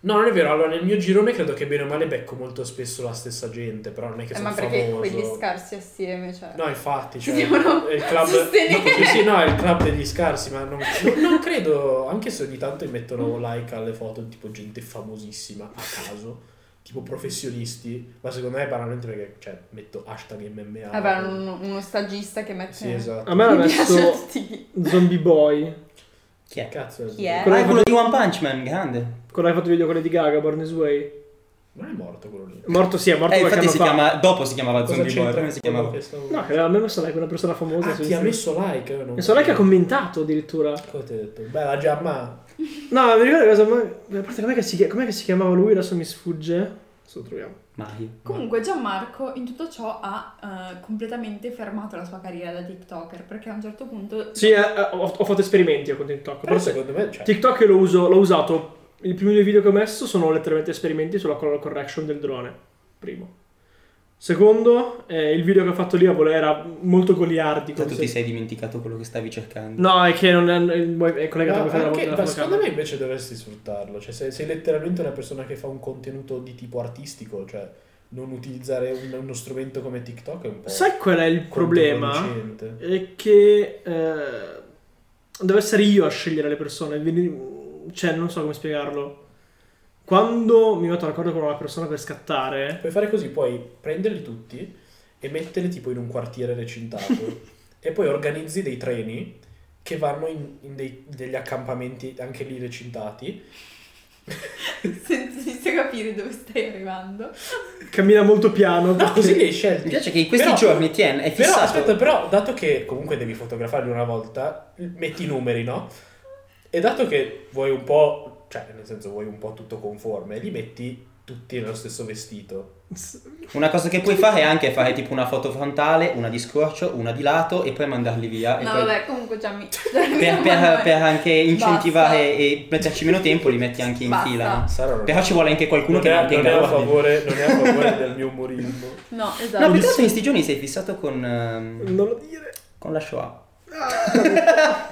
D: No, non è vero, allora nel mio girone credo che bene o male becco molto spesso la stessa gente, però non è che
B: Eh,
D: sono
B: ma perché
D: famoso.
B: quelli scarsi assieme, cioè.
D: No, infatti,
B: Si
D: cioè,
B: devono
D: è il club...
B: sostenere.
D: Sì, sì, no, è il club degli scarsi, ma non, non credo, anche se ogni tanto mettono like alle foto tipo gente famosissima a caso. tipo professionisti, ma secondo me è banalmente perché, cioè, metto hashtag MMA.
B: Vabbè, uno, uno stagista che mette...
D: Sì, esatto.
C: A me ha
B: Mi piace
C: messo
B: tutti.
C: Zombie Boy.
A: Chi è?
D: Cazzo,
B: Chi è?
A: Ah, è quello di One Punch Man, grande. Eh,
C: Quello che ha fatto video con Lady Gaga, Born This Way.
D: Non è morto quello lì.
C: Morto sì, è morto
A: Eh,
C: qualche
A: infatti si
C: anno fa.
A: chiama, dopo si chiamava
D: Cosa
A: Zombie Boy,
D: c'entra
A: prima si chiamava...
D: quello che stavo-
C: No, che aveva messo like una persona famosa.
D: Ah,
C: su
D: ti ha
C: Instagram.
D: messo like? eh, Non...
C: E so lei che ha commentato addirittura.
D: Cosa ti ho detto? Beh, la Giamma.
C: No, mi ricordo cosa. ma- A parte com'è che si, chia- com'è che si chiamava lui? Adesso mi sfugge. Se lo troviamo.
A: Mario.
B: Comunque Gianmarco in tutto ciò ha eh, completamente fermato la sua carriera da TikToker perché a un certo punto...
C: Sì, eh, eh, ho, ho fatto esperimenti io con TikTok.
D: Però
C: Forse
D: secondo me, cioè,
C: TikTok lo uso, l'ho usato. I primi due video che ho messo sono letteralmente esperimenti sulla color correction del drone. Primo. Secondo, eh, il video che ho fatto lì a voler era molto goliardico.
A: Tu
C: se-
A: ti sei dimenticato quello che stavi cercando.
C: No, è che non è, è collegato
D: ma
C: a quella della
D: anche-
C: della
D: ma secondo
C: fotocamera.
D: me invece dovresti sfruttarlo. Cioè, sei, sei letteralmente una persona che fa un contenuto di tipo artistico. Cioè, non utilizzare un- uno strumento come TikTok è un po'.
C: Sai qual è il problema?
D: controproducente.
C: È che eh, devo essere io a scegliere le persone. Veni- Cioè, non so come spiegarlo. Quando mi metto d'accordo con una persona per scattare,
D: Puoi fare così, puoi prenderli tutti e metterli tipo in un quartiere recintato e poi organizzi dei treni che vanno in, in dei- degli accampamenti anche lì recintati.
B: Senza capire dove stai arrivando.
C: cammina molto piano.
D: No,
C: perché-
D: così li hai scelti.
A: Mi piace che in questi
D: Però-
A: giorni Tien è
D: Però,
A: fissato.
D: aspetta, però, dato che comunque devi fotografarli una volta, metti i numeri, no? E dato che vuoi un po', cioè, nel senso, vuoi un po' tutto conforme, li metti tutti nello stesso vestito.
A: Una cosa che puoi fare è anche fare tipo una foto frontale, una di scorcio, una di lato e poi mandarli via. E
B: No
A: poi
B: vabbè, comunque Gianmi...
A: per, per- per anche incentivare
B: Basta.
A: e metterci meno tempo li metti anche in
B: Basta.
A: fila. no?
D: Sara non,
A: Però ci vuole anche qualcuno
D: non
A: che
D: è, non è
A: mantenga
D: a
A: l'ordine.
D: favore, non è a favore del mio umorismo.
B: No, esatto.
A: No, più che altro in questi giorni sei fissato con, ehm,
C: Non lo dire,
A: con la Shoah.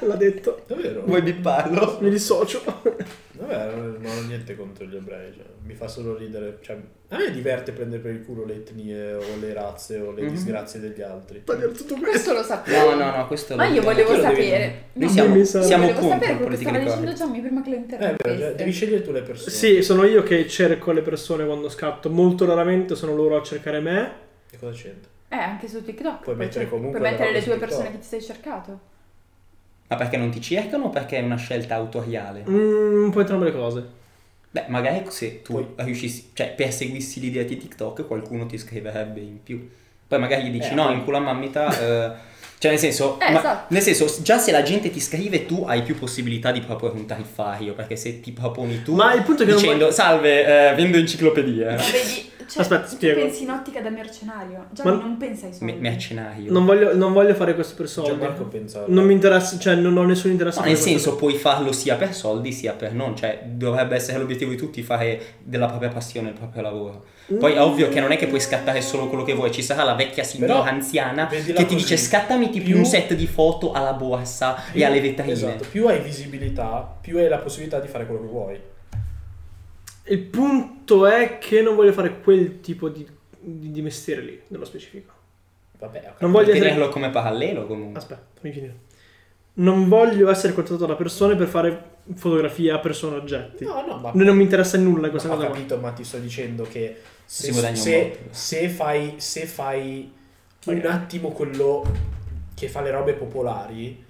C: l'ha detto.
D: Davvero?
A: Vuoi bipparlo?
C: Mi dissocio.
D: Vabbè, non non ho niente contro gli ebrei, cioè, mi fa solo ridere. Cioè, a me diverte prendere per il culo le etnie o le razze o le
A: Mhm.
D: disgrazie degli altri.
C: Tagliare tutto questo.
B: Questo lo sappiamo.
A: No, no, no, questo
B: Ma
A: lo-
B: io volevo
D: Perché lo devi
B: sapere.
A: Noi
B: No,
A: siamo,
C: Dimmi, Sara.
A: siamo
B: volevo
A: contro
B: sapere
A: il
B: quello che
A: politico
B: stava dicendo
A: correct.
B: Gianmi prima che lo
D: Eh, beh, cioè,
B: interrompesse.
D: devi scegliere tu le persone.
C: Sì, sono io che cerco le persone quando scatto. Molto raramente sono loro a cercare me.
D: E cosa c'entra?
B: Eh, anche su TikTok.
D: Puoi mettere
B: cioè,
D: comunque
B: Puoi
D: la
B: mettere le tue
D: roba su TikTok.
B: persone che ti sei cercato.
A: Ma perché non ti cercano o perché è una scelta autoriale?
C: Mm, un po' entrambe le cose.
A: Beh, magari se tu
D: Poi-
A: riuscissi, cioè perseguissi l'idea di TikTok qualcuno ti scriverebbe in più. Poi magari gli dici
D: Eh,
A: no,
D: poi-
A: in culo a mammita. eh", cioè, nel senso,
B: Eh,
A: ma-
B: esatto.
A: nel senso, già se la gente ti scrive, tu hai più possibilità di proporre un tariffario. Perché se ti proponi tu
C: Ma il punto è che non
A: dicendo salve, eh, vendo enciclopedie.
B: Ma vedi, cioè,
C: Aspetta,
B: tu
C: spiego.
B: pensi in ottica da mercenario. Già
C: Ma-
B: non pensa ai
A: Me-
B: soldi.
A: mercenario.
C: Non voglio, non voglio fare questo per
D: Gianmarco
C: soldi.
D: pensava.
C: Non mi interessa, cioè non ho nessun interesse.
A: No,
C: per
A: nel
C: questo.
A: senso puoi farlo sia per soldi sia per non, cioè dovrebbe essere l'obiettivo di tutti fare della propria passione il proprio lavoro. Poi è ovvio che non è che puoi scattare solo quello che vuoi, ci sarà la vecchia signora
D: Però,
A: anziana che ti
D: vedila così.
A: dice scattami tipo
D: Più-
A: un set di foto alla borsa e alle vetrine.
D: Esatto, più hai visibilità, più hai la possibilità di fare quello che vuoi.
C: Il punto è che non voglio fare quel tipo di, di- di mestiere lì, nello specifico.
D: Vabbè, ok.
C: Non voglio
A: tenerlo
C: essere...
A: come parallelo comunque.
C: Aspetta, fammi finire. Non voglio essere contattato da persone per fare fotografia, persone, oggetti.
D: No, no, ma
C: Non non mi interessa nulla questa
D: ho
C: cosa qua.
D: capito, ma ti sto dicendo che se,
A: Si guadagna un
D: se,
A: botto.
D: se fai, se fai un
C: Magari.
D: attimo quello che fa le robe popolari,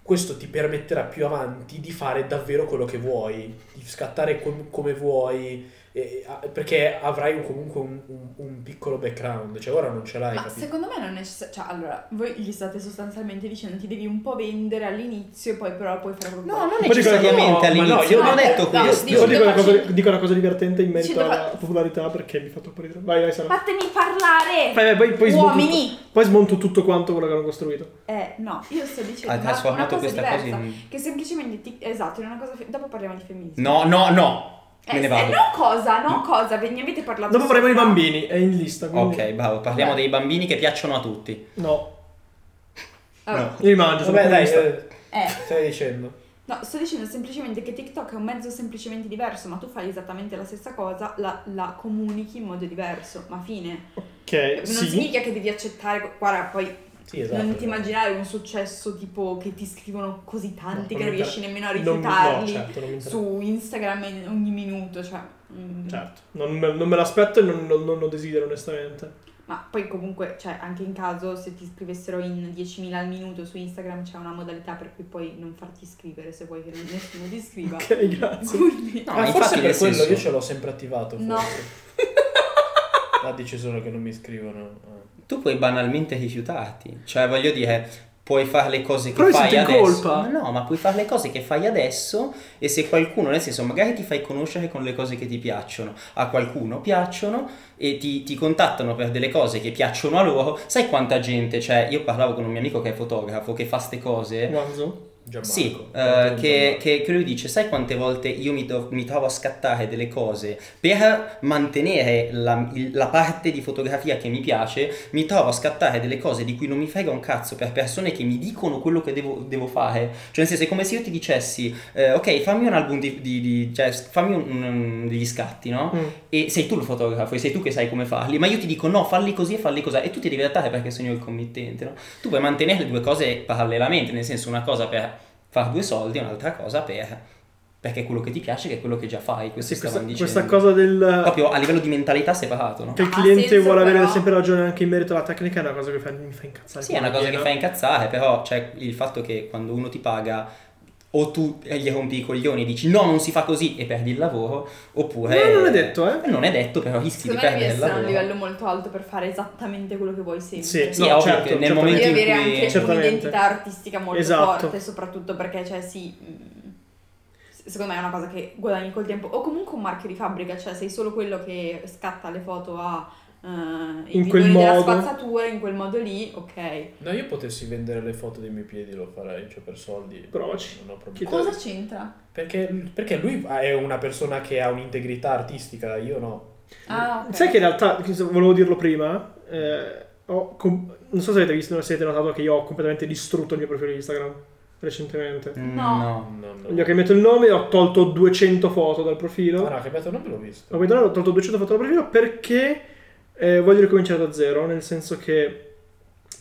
D: questo ti permetterà più avanti di fare davvero quello che vuoi, di scattare com- come vuoi, e- a- perché avrai un- comunque un, un- un piccolo background, cioè ora non ce l'hai,
B: Ma
D: capito?
B: secondo me non è necessario. Cioè, allora, voi gli state sostanzialmente dicendo ti devi un po' vendere all'inizio, poi però puoi fare quello che
A: No,
B: vuoi.
A: non
C: dico che no,
A: necessariamente
D: ma no,
A: all'inizio,
D: io-
A: non ho detto
B: no,
A: questo.
B: dico-
C: Io dico, una
B: faccio-
C: cosa, dico una cosa divertente in merito
B: Dicendo
C: alla
B: fa-
C: popolarità perché mi fa troppo ridere. Vai, vai, Sara.
B: Fatemi parlare!
C: Vai, vai, poi, poi smonto,
B: Uomini!
C: tutto- poi smonto tutto quanto quello che hanno costruito.
B: Eh, no, io sto dicendo
A: Ha
B: una, una
A: trasformato
B: cosa
A: questa cosa
B: diversa.
A: in...
B: Che semplicemente ti- esatto, in una cosa. fe- Dopo parliamo di femminismo.
A: No, no, no.
B: Eh,
A: Me ne
B: se-
A: vado.
B: no, cosa, no, cosa, ve ne avete parlato.
C: Dopo parliamo di
B: sopra.
C: bambini, è in lista. Quindi...
A: Ok, bravo, parliamo
B: Vabbè.
A: dei bambini che piacciono a tutti.
C: No,
B: Vabbè.
A: No.
C: io li mangio. sono
D: Vabbè, dai,
C: comunista.
D: eh,
B: Oh, Eh,
D: stai dicendo.
B: no, sto dicendo semplicemente che TikTok è un mezzo semplicemente diverso, ma tu fai esattamente la stessa cosa, la, la comunichi in modo diverso, ma fine.
C: Ok,
B: Non
C: Eh, sì.
B: significa che devi accettare, guarda, poi
D: Sì, esatto.
B: non ti immaginare un successo tipo che ti scrivono così tanti
D: No,
B: che
D: non
B: non
D: mi
B: riesci nemmeno a
D: Non mi- no,
B: rifiutarli
D: certo, non mi interessa.
B: su Instagram in- ogni minuto, cioè. mm.
C: Certo, non me, non me l'aspetto e non, non- non lo desidero onestamente.
B: Ma poi comunque, cioè, anche in caso se ti scrivessero in 10.000 al minuto su Instagram c'è una modalità per cui puoi non farti scrivere se vuoi che nessuno ti scriva.
C: Ok, grazie.
B: Quindi...
A: No,
D: Ah,
A: ma
D: forse
A: infatti
D: per
A: nel
D: quello
A: senso-
D: io ce l'ho sempre attivato.
B: No.
D: Forse. Ah, dici solo che non mi scrivono. ah.
A: Tu puoi banalmente rifiutarti, cioè voglio dire, puoi fare le cose che
C: Però vi
A: fai
C: siete in
A: adesso.
C: colpa.
A: Ma no, ma puoi fare le cose che fai adesso e se qualcuno, nel senso, magari ti fai conoscere con le cose che ti piacciono, a qualcuno piacciono e ti, ti contattano per delle cose che piacciono a loro. Sai quanta gente, cioè io parlavo con un mio amico che è fotografo, che fa ste cose.
C: Guanzo?
D: Gianmarco.
A: Sì, eh,
D: Gianmarco.
A: che, che- che lui dice, sai quante volte io mi, do- mi trovo a scattare delle cose per mantenere la, il- la parte di fotografia che mi piace, mi trovo a scattare delle cose di cui non mi frega un cazzo per persone che mi dicono quello che devo, devo fare. Cioè, nel senso, è come se io ti dicessi, eh, ok, fammi un album di... di- di- cioè, fammi un- un- degli scatti, no?
C: Mm.
A: E sei tu il fotografo e sei tu che sai come farli, ma io ti dico no, falli così e falli così, e tu ti devi adattare perché sono io il committente, no? Tu puoi mantenere le due cose parallelamente, nel senso una cosa per fare due soldi e un'altra cosa per... perché è quello che ti piace che è quello che già fai, questo
C: Sì, questa,
A: stavano
C: questa
A: dicendo.
C: cosa del
A: Proprio Ah, a livello di mentalità separato, no?
C: che il
B: Ha
C: cliente
B: senso,
C: vuole avere
B: però.
C: sempre ragione anche in merito alla tecnica è una cosa che fa- mi fa incazzare.
A: Sì, è una cosa che fa
C: incazzare.
A: incazzare, però cioè, il fatto che quando uno ti paga o tu gli rompi i coglioni e dici no, non si fa così e perdi il lavoro, oppure...
C: No, non è detto, eh.
A: Non è detto, però rischi di
B: Secondo me devi
A: perdere il
B: essere a
A: lavoro.
B: un livello molto alto per fare esattamente quello che vuoi sempre.
C: Sì,
A: Sì, Certo.
C: No,
A: è ovvio
C: certo,
A: che cioè, nel
C: certamente.
A: momento
B: Devi
A: in cui...
B: avere anche
C: Certamente.
B: un'identità artistica molto
C: Esatto.
B: forte, soprattutto perché, cioè, sì. mh, s- Secondo me è una cosa che guadagni col tempo, o comunque un marchio di fabbrica, cioè sei solo quello che scatta le foto a eh, i
C: In quel
B: bidoni della
C: modo.
B: spazzatura in quel modo lì, ok.
D: No, io potessi vendere le foto dei miei piedi, lo farei, cioè per soldi.
C: Provaci.
D: Non ho problemi.
C: Chi
B: Cosa c'entra?
D: Perché, perché lui è una persona che ha un'integrità artistica, io no.
B: Ah, ok.
C: Sai che in realtà, che so- volevo dirlo prima, eh, ho com- non so se avete visto, se avete notato che io ho completamente distrutto il mio profilo Instagram recentemente.
A: Mm,
B: No.
D: No, no.
C: Gli ho cambiato il nome, ho tolto 200 foto dal profilo.
D: Ah, no, ha cambiato nome, l'ho visto.
C: Ho cambiato- ho tolto 200 foto dal profilo perché eh, voglio ricominciare da zero, nel senso che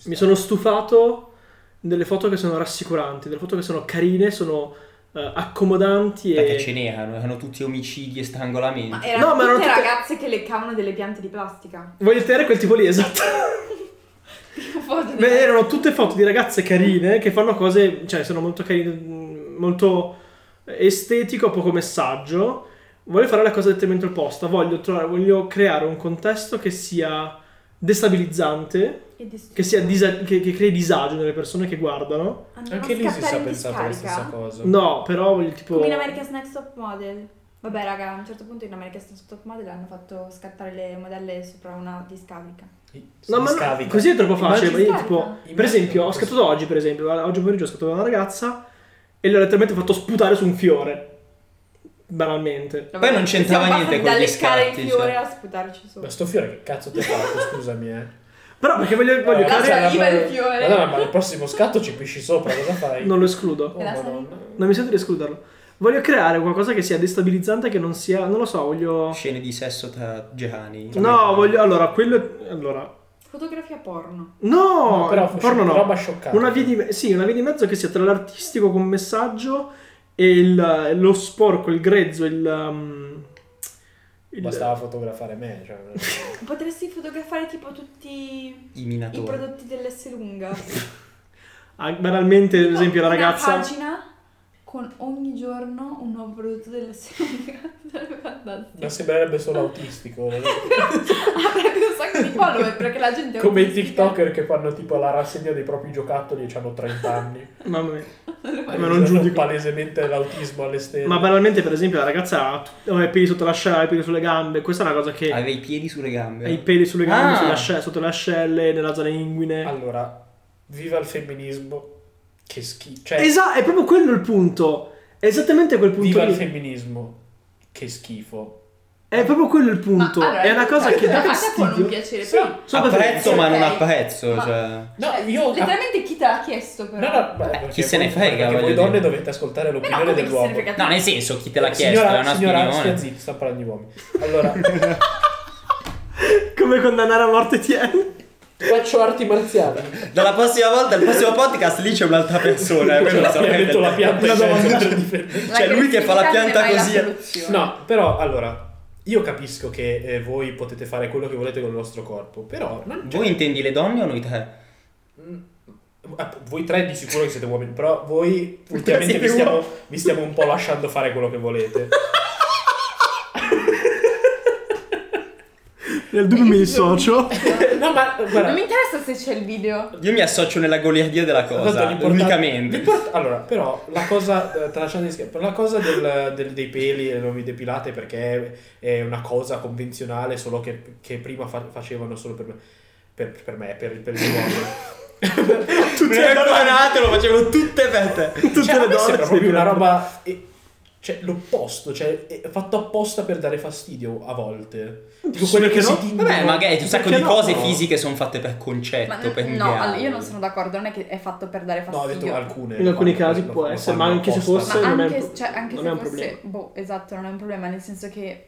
C: mi sono stufato delle foto che sono rassicuranti, delle foto che sono carine, sono eh, accomodanti
A: Perché
C: e...
A: ce n'erano, erano tutti omicidi e strangolamenti.
B: Ma
C: No,
B: erano
C: ma erano
B: tutte
C: tutte-
B: ragazze che leccavano delle piante di plastica.
C: Voglio tenere quel tipo lì, esatto.
B: Foto di-
C: Beh, erano tutte foto di ragazze carine che fanno cose, cioè sono molto carine, mh, molto estetico, poco messaggio. Voglio fare la cosa esattamente opposta, voglio, trovare, voglio creare un contesto che sia destabilizzante,
B: E distrutto.
C: che, sia disa- che, che crei disagio nelle persone che guardano.
B: Andavano
D: Anche
B: a
D: lì si
B: scattare
D: sa
B: in
D: pensare la
B: discarica?
D: stessa cosa.
C: No, però voglio tipo...
B: Come in America's Next Top Model. Vabbè, raga, a un certo punto in America's Next Top Model hanno fatto scattare le modelle sopra una discarica.
C: No, ma no,
D: Scavica.
C: così è troppo facile.
B: Immagini-
C: ma io,
B: Scarica.
C: tipo, per esempio, ho scattato oggi, per esempio, oggi pomeriggio ho scattato una ragazza e le ho letteralmente fatto sputare su un fiore. Banalmente.
A: Poi non c'entrava
B: Siamo
A: niente
B: passati
A: con
B: da
A: gli
B: leccare il
A: scatti,
B: fiore
A: cioè.
B: a sputarci su.
D: Ma sto fiore che cazzo ti ha fatto, scusami, eh.
C: Però perché voglio, voglio
B: la
C: creare-
B: saliva il fiore.
D: Madonna, ma al prossimo scatto ci pisci sopra, cosa fai?
C: Non lo escludo.
D: Oh,
B: Te la
D: madonna.
C: Non mi sento di escluderlo. Voglio creare qualcosa che sia destabilizzante, che non sia. Non lo so, voglio.
A: Scene di sesso tra gerani.
C: No, voglio. Allora, quello. Allora.
B: Fotografia porno.
C: No!
D: No, però
C: porno no.
D: roba scioccante.
C: Una via di me- sì, una via di mezzo che sia tra l'artistico con messaggio e il- lo sporco, il grezzo, il. um, il-
D: Bastava fotografare me, cioè.
B: Potresti fotografare tipo tutti
A: I
B: i
A: minatori.
B: prodotti dell'S lunga.
C: Ah, banalmente, ad esempio, la
B: Una
C: ragazza.
B: pagina con ogni giorno un nuovo prodotto dell'S lunga. Sarebbe fantastico.
D: Ma sembrerebbe solo autistico.
B: Avrebbe un sacco di follower perché la gente... è
D: Come i
B: autistica.
D: TikToker che fanno tipo la rassegna dei propri giocattoli e hanno 30 anni.
C: Mamma mia.
D: Ma
C: non giudico.
D: palesemente l'autismo alle stelle.
C: Ma banalmente, per esempio, la ragazza ha t- aveva i peli sotto l'ascella, i peli sulle gambe. Questa è una cosa che.
D: Ah,
A: Aveva i piedi sulle gambe.
C: Ha i peli sulle gambe,
A: Ah.
C: sulle asce- sotto le ascelle, nella zona inguine.
D: Allora, viva il femminismo. Che schifo. Cioè,
C: Esatto, è proprio quello il punto. È esattamente quel punto
D: viva il
C: lì.
D: femminismo. Che schifo.
C: È proprio quello il
B: Ma
C: punto.
B: allora,
C: è una cosa che dà
B: a te può non
C: fastidio.
B: piacere,
D: Sì.
B: però...
C: Sono
A: apprezzo,
C: preferenze.
A: ma non
B: Ok.
A: apprezzo.
B: Ma-
A: Cioè.
D: No,
B: Cioè,
D: io...
B: Letteralmente chi te l'ha chiesto
D: No,
B: però?
D: no, beh,
A: Beh,
D: perché
A: chi se ne
D: voi-
A: frega,
D: Perché voi
A: voglio
D: donne
A: dire.
D: dovete ascoltare
B: Però
D: l'opinione
B: come chi se ne
D: dell'uomo.
B: frega
A: No,
B: tanto?
A: nel senso, chi te l'ha chiesto
D: Signora,
A: è una
D: signora, stia
A: opinione.
D: zitta, sta parlando di uomini. Allora,
C: Come condannare a morte Tien.
D: Faccio arti marziali.
A: Dalla prossima volta, il prossimo podcast, lì c'è un'altra persona. eh, quello lo
D: Mi ha
A: sapete.
D: detto Cioè, la pianta in mezzo per difendere.
A: Cioè, lui che fa la pianta così.
B: No.
D: No, però allora, io capisco che eh, voi potete fare quello che volete con il vostro corpo, però non cioè,
A: Voi intendi le donne o noi tre?
D: Mm, eh, Voi tre di sicuro che siete uomini, però voi ultimamente
A: siete
D: vi stiamo, vi stiamo un po' lasciando fare quello che volete.
C: Nel dubbio mi dissocio.
D: no, ma guarda,
B: Non mi interessa se c'è il video.
A: Io mi associo nella goliardia della cosa,
D: tanto l'importan-
A: unicamente.
D: l'import- allora, però la cosa, eh, tralasciando gli scherzi, però la cosa del- del- dei peli e non vi depilate perché è una cosa convenzionale, solo che, che prima fa- facevano solo per me, per, per me, per, per gli uomini.
A: Tutte le donate lo facevano tutte per te.
C: Tutte
D: Cioè, a
C: le
D: me
C: donne.
D: sembra proprio
C: si dicono-
D: una roba eh, cioè l'opposto cioè è fatto apposta per dare fastidio a volte tipo
C: Sì,
D: quelli
C: perché
D: che
C: no?
D: si tingono
A: Vabbè, magari un sacco
D: Perché
A: di
D: no?
A: cose fisiche sono fatte per
B: Ma
A: concetto, per
B: no,
A: ideale.
B: all- io non sono d'accordo, non è che è fatto per dare
D: no ho
B: fastidio.
D: detto alcune
C: In alcuni casi
D: lo-
C: può
D: lo
C: essere,
D: fanno
C: ma anche se
D: apposta.
C: fosse-
B: Ma
C: non è un
B: anche,
C: pro-
B: cioè, anche
C: non
B: se
C: è un
B: fosse,
C: problema.
B: boh, esatto, non è un problema, nel senso che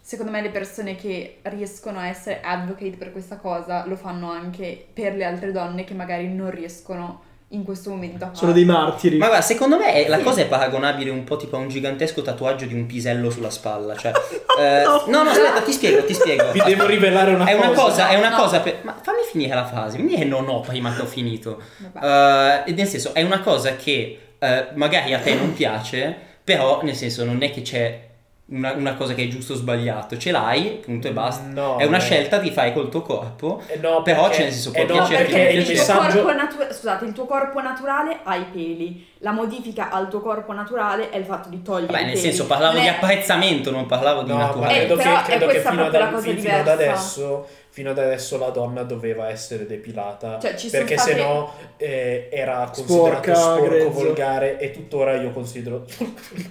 B: secondo me le persone che riescono a essere advocate per questa cosa lo fanno anche per le altre donne che magari non riescono in questo momento a farlo.
C: Sono dei martiri.
A: Ma guarda, secondo me è- la cosa è paragonabile un po' tipo a un gigantesco tatuaggio di un pisello sulla spalla. Cioè, eh, no. no, aspetta, ti spiego, ti spiego.
D: vi devo rivelare una
A: È
D: cosa
A: una cosa, è una
B: No.
A: cosa per... Ma fammi finire la frase, mi è no no prima che ho finito.
B: Vabbè.
A: Eh, nel senso, è una cosa che eh, magari a te non piace, però nel senso non è che c'è una, una cosa che è giusto o sbagliato, ce l'hai, punto e basta.
D: No,
A: è una
D: eh.
A: scelta che fai col tuo corpo.
D: Eh no,
A: Però,
D: perché-
A: cioè, nel senso, può
D: eh no,
A: piacere,
D: perché
A: può
D: il
A: piacere.
D: messaggio
B: corpo natu- scusate, il tuo corpo naturale ha i peli. La modifica al tuo corpo naturale è il fatto di togliere
A: Vabbè,
B: i
A: nel
B: peli.
A: senso, parlavo
B: Non
A: di
B: è-
A: apprezzamento, non parlavo di
D: No, ma
A: naturale.
B: Eh,
D: credo che,
B: però è
D: credo che
B: questa
D: fino, ad,
B: proprio la cosa
D: fino ad
B: diversa.
D: adesso fino ad adesso la donna doveva essere depilata
B: Cioè, ci sono
D: perché
B: state-
D: se no eh, era considerato
C: Sporca,
D: sporco,
C: grezzo.
D: volgare e tuttora io considero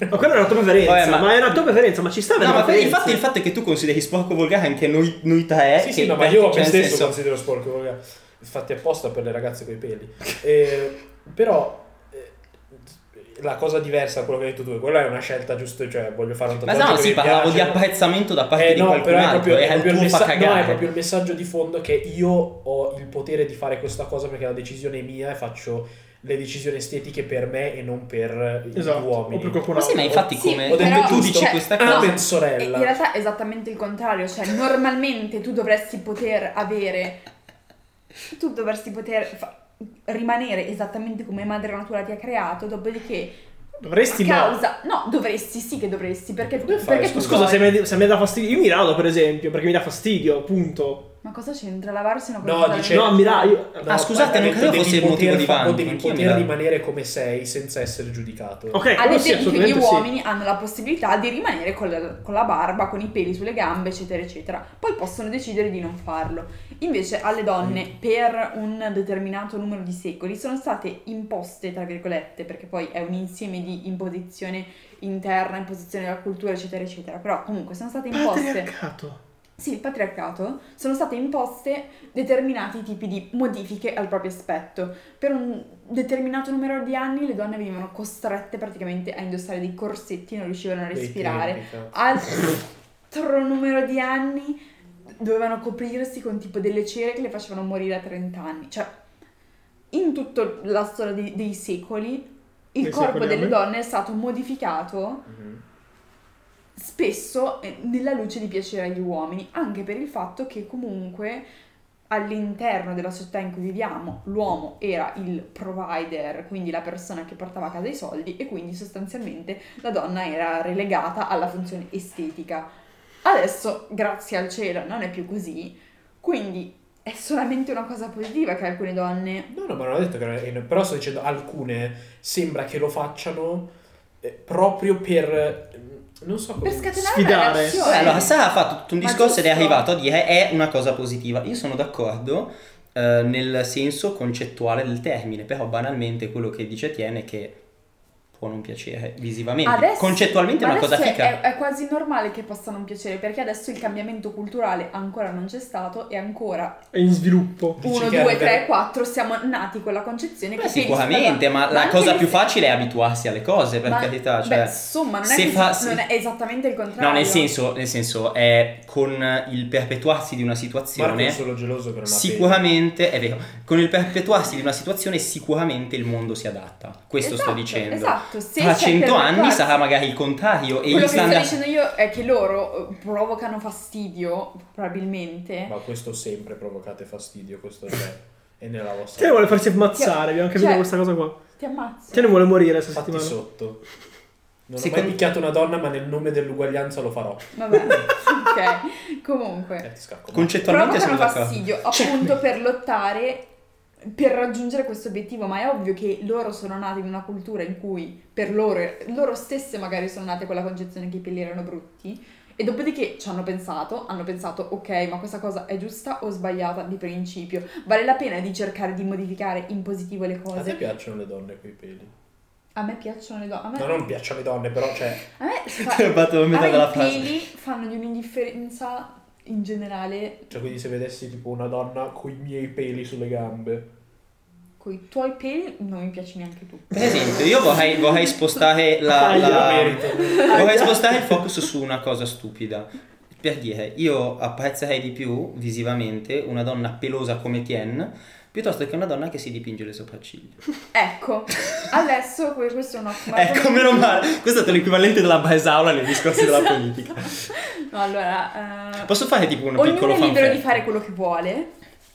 C: Ma quella è una tua preferenza.
A: Vabbè, ma-
C: ma... è una tua preferenza, ma ci sta
A: No,
C: avere
A: ma per- il
C: preferenze.
A: fatto, il fatto è che tu consideri sporco volgare anche noi, noi tre.
D: Sì,
A: che-
D: sì, no, ma
A: perché,
D: io
A: cioè,
D: me
A: nel
D: stesso
A: senso-
D: considero sporco, raga. fatti apposta per le ragazze coi peli. Eh, però eh, la cosa diversa da quello che hai detto tu, quella è una scelta giusta, cioè voglio fare un
A: Ma
D: tatuaggio
A: no,
D: che
A: sì,
D: mi
A: parlavo
D: piace.
A: di apprezzamento da parte
D: Eh,
A: di
D: no,
A: qualcun
D: però è
A: altro,
D: proprio, è
A: era il
D: proprio il
A: tuo fa
D: messa- no,
A: cagare.
D: è proprio il messaggio di fondo che io ho il potere di fare questa cosa perché la decisione è mia e faccio le decisioni estetiche per me e non per gli
C: Esatto.
D: uomini.
C: O per qualcun
A: Ma sì,
C: altro.
A: ma infatti
B: Sì,
A: come
D: ho detto
A: come tu
D: giusto.
A: dici
B: Cioè,
A: questa
B: no,
A: cosa...
D: Amen,
B: E
D: sorella.
B: in realtà è esattamente il contrario, cioè normalmente tu dovresti poter avere, tu dovresti poter fa- rimanere esattamente come madre natura ti ha creato, dopodiché
C: Dovresti
B: a
C: no.
B: causa, no dovresti sì che dovresti, perché,
D: Come fai,
B: perché tu
D: scusa?
C: Scusa,
B: puoi.
C: se mi, se mi dà fastidio. Io mi rado, per esempio, perché mi dà fastidio, punto.
B: Ma cosa c'entra lavarsi una
D: No,
B: cosa da-
D: dice- Cioè-
C: No, mi ra- io-
D: No,
A: Ah, scusate,
D: ha
A: non
D: detto
A: credevo
D: devi
A: fosse il motivo
D: poter
A: di
D: fa-
A: Vanni,
D: Devi
A: anch'io mi
D: poter
A: dà.
D: rimanere come sei senza essere giudicato.
C: Ok,
B: Ad
C: quello sì,
B: esempio, gli
C: assolutamente sì.
B: uomini hanno la possibilità di rimanere con la, con la barba, con i peli sulle gambe, eccetera, eccetera. Poi possono decidere di non farlo. Invece, alle donne, per un determinato numero di secoli, sono state imposte, tra virgolette, perché poi è un insieme di imposizione interna, imposizione della cultura, eccetera, eccetera. Però comunque sono state imposte.
C: Patriarcato.
B: Sì, il patriarcato sono state imposte determinati tipi di modifiche al proprio aspetto. Per un determinato numero di anni le donne venivano costrette praticamente a indossare dei corsetti, non riuscivano a
D: Dei
B: respirare.
D: tempi, cazzo.
B: Altro numero di anni dovevano coprirsi con tipo delle cere che le facevano morire a 30 anni. Cioè, in tutta la storia dei, dei secoli, il
C: Dei
B: corpo
C: secoli,
B: delle
C: amen.
B: donne è stato modificato
D: Mhm.
B: spesso eh, nella luce di piacere agli uomini, anche per il fatto che comunque all'interno della società in cui viviamo l'uomo era il provider, quindi la persona che portava a casa i soldi e quindi sostanzialmente la donna era relegata alla funzione estetica. Adesso, grazie al cielo, non è più così, quindi è solamente una cosa positiva che alcune donne...
D: No, no, ma non ho detto che non è- però sto dicendo alcune sembra che lo facciano eh, proprio per eh, non so come
B: Per scatenare
C: Sfidare.
B: una
A: Vabbè,
B: reazione.
A: allora, Sara ha fatto tutto un
B: Ma
A: discorso ed è
B: giusto.
A: arrivato a dire è una cosa positiva. Io sono d'accordo eh, nel senso concettuale del termine, però banalmente quello che dice Tien è che può non piacere visivamente.
B: Adesso-
A: Concettualmente è una
B: adesso
A: cosa fica.
B: È, è quasi normale che possa non piacere perché adesso il cambiamento culturale ancora non c'è stato e ancora
C: È in sviluppo.
D: Dici
B: 1,
D: che
B: 2,
D: è
B: 3, 4 siamo nati con la concezione
A: Beh,
B: che
A: sicuramente, ma la cosa più facile è abituarsi alle cose, per carità. Cioè,
B: insomma, non è,
A: se
B: che-
A: fa- se-
B: non è esattamente il contrario.
A: no, nel senso, nel senso, è con il perpetuarsi di una
D: Marco è
A: situazione.
D: solo geloso per una
A: Sicuramente è vero, con il perpetuarsi di una situazione, sicuramente il mondo si adatta. Questo
B: Esatto,
A: sto dicendo.
B: Esatto, se
A: Tra
B: c'è
A: 100
B: per
A: anni
B: guardarsi-
A: sarà magari il contrario e
B: Quello
A: il
B: che sto
A: standard.
B: dicendo io è che loro eh, provocano fastidio, probabilmente.
D: Ma questo sempre provocate fastidio, questo c'è. E nella vostra.
C: Te ne Cioè, vuole farsi ammazzare, abbiamo capito
B: Cioè-
C: questa cosa qua.
B: Ti ammazzo.
C: Te ne vuole morire questa
D: Fatti
C: settimana.
D: sotto. Non ho
A: Secondo-
D: mai picchiato una donna, ma nel nome dell'uguaglianza lo farò.
B: Vabbè, ok.
D: Eh,
B: Comunque.
D: ti scacco.
A: Concettualmente sono
B: Provocano
A: d'accordo. Cioè,
B: fastidio, appunto per lottare per raggiungere questo obiettivo, ma è ovvio che loro sono nati in una cultura in cui per loro, loro stesse magari sono nate con la concezione che i pelli erano brutti e dopodiché ci hanno pensato, hanno pensato ok ma questa cosa è giusta o sbagliata di principio, vale la pena di cercare di modificare in positivo le
D: A te
B: cose.
D: piacciono le donne coi peli?
B: A me piacciono le donne, a me,
D: No, non piacciono le donne, però, cioè.
B: a me fa-
A: Ho fatto la
B: a
A: metà
B: me
A: della
B: i
A: frase.
B: peli fanno di un'indifferenza in generale
D: Cioè, quindi se vedessi tipo una donna con i miei peli sulle gambe.
B: con i tuoi peli non mi piaci neanche tu.
A: Per esempio, io vorrei, vorrei spostare la,
C: Aia.
A: la-
D: Lo merito.
A: vorrei spostare il focus su una cosa stupida. Per dire, io apprezzerei di più visivamente una donna pelosa come Tien piuttosto che una donna che si dipinge le sopracciglia.
B: Ecco, adesso que- questo è un ottimo
A: Ecco,
B: argomento.
A: meno male. Questo è l'equivalente della Baesaula nei discorsi della politica.
B: No, allora, eh,
A: Posso fare tipo un piccolo
B: ognuno è libero
A: fanfare?
B: di fare quello che vuole,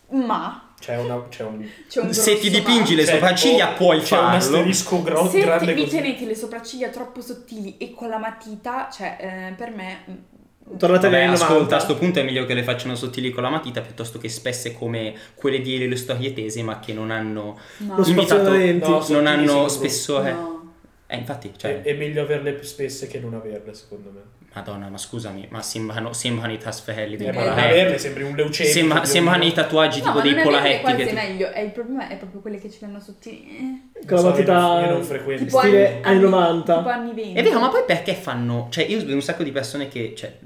B: ma
D: C'è una. C'è un.
B: c'è un
A: Se
B: grosso
A: ti dipingi le
D: cioè,
A: sopracciglia
D: tipo,
A: puoi
D: C'è un
A: farlo.
D: asterisco
B: ma.
D: grosso
B: Se
D: grande
B: te- vi
D: così.
B: tenete le sopracciglia troppo sottili e con la matita, cioè eh, per me mm,
C: Tornate
A: Vabbè,
C: nei 90.
A: ascolta, a sto punto è meglio che le facciano sottili con la matita piuttosto che spesse come quelle di le storie tese, ma che non hanno
B: no.
C: Lo
A: invitato,
C: spaziolenti.
D: No, sottili
A: non hanno
D: sono
A: spessore.
B: no.
A: Eh, infatti,
D: Cioè,
A: cioè,
D: è meglio averle spesse che non averle, secondo me.
A: Madonna, ma scusami, ma sembrano, sembrano i trasferelli dei
B: Eh,
D: Eh,
B: ma
D: ma non
B: vabbè.
A: Polaretti.
D: averle sembri un leucemico.
A: Sembra-
D: di
A: sembrano
D: ognuno.
A: i tatuaggi
B: No,
A: tipo
B: ma
A: dei
B: non è
A: Polaretti.
B: quasi
A: Che ti-
B: meglio, è il problema è proprio quelle che ce l'hanno sottili. eh.
C: Con la
D: Non so, io non-
C: matita
D: io non frequento.
B: Tipo
C: stile
B: anni-
C: anni 90.
B: Tipo anni 20.
A: È vero, ma poi perché fanno. Cioè, io vedo un sacco di persone che, cioè,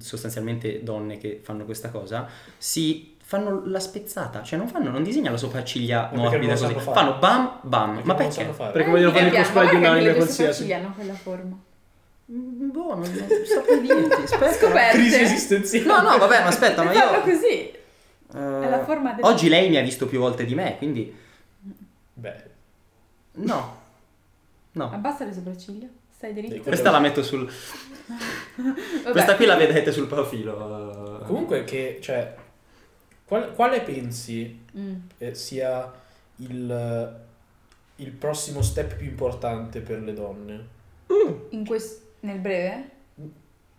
A: sostanzialmente donne che fanno questa cosa, si fanno la spezzata, cioè non fanno, non disegnano sopracciglia
D: perché
A: morbida
D: non lo
A: così.
D: sanno fare.
A: Fanno bam bam.
D: Perché
A: ma
D: non lo sanno
A: perché?
D: fare.
C: Perché vogliono fare il
B: Eh, Piano,
C: cosplay di
B: guarda
C: un
B: che
C: anime
B: le tue
C: qualsiasi.
B: sopracciglia hanno quella forma.
A: Mm, Boh, non, non saprei dirti. Aspetta.
B: Scoperto.
D: Crisi esistenziale.
A: No, no, vabbè, ma aspetta, ma
B: Le fanno
A: io.
B: così.
A: eh,
B: È la forma del-
A: Oggi lei mi ha visto più volte di me, quindi.
D: Beh,
A: No. No.
B: Abbassa le sopracciglia. Stai dritto.
A: Questa la metto sul.
B: Vabbè.
A: Questa qui la vedrete sul profilo.
D: comunque che, cioè, qual- quale pensi
B: Mm.
D: eh, sia il, il prossimo step più importante per le donne?
B: In questo... Nel breve?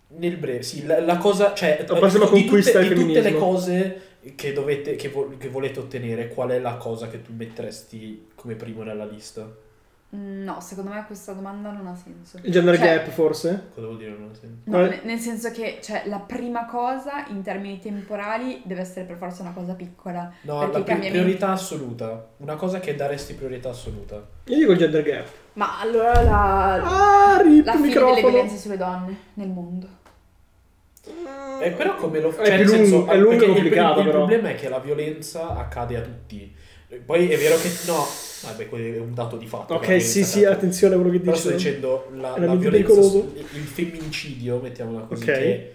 D: Nel breve, sì, la, la cosa, cioè,
C: La prossima
D: di,
C: conquista
D: tutte,
C: del
D: di tutte le
C: femminismo.
D: cose che, dovete, che, vo- che volete ottenere, qual è la cosa che tu metteresti come primo nella lista?
B: Mm, No, secondo me questa domanda non ha senso.
C: Il gender
B: Cioè,
C: gap, forse?
D: Cosa vuol dire? Non ho senso.
B: no,
C: Qual-
B: ne- nel senso che cioè, la prima cosa in termini temporali deve essere per forza una cosa piccola.
D: No,
B: Perché
D: la
B: i
D: pri-
B: cambiamenti-
D: priorità assoluta. Una cosa che daresti priorità assoluta.
C: Io dico il gender gap.
B: Ma allora la,
C: Ah, rip
B: la fine delle
C: microfono.
B: violenze sulle donne nel mondo.
D: Eh, però come lo
C: È più
D: nel
C: lungo- è lungo e
D: perché il-
C: complicato,
D: Il,
C: però.
D: problema è che la violenza accade a tutti. Eh, Poi è vero che no, vabbè, quello è un dato di fatto. la
C: Ok,
D: violenza
C: sì, sì,
D: accade a tutti.
C: attenzione a quello che
D: esatto. Però sto
C: dici.
D: dicendo la,
C: È
D: la
C: veramente
D: violenza,
C: pericoloso.
D: su- il femminicidio, mettiamola così,
C: Ok.
D: che,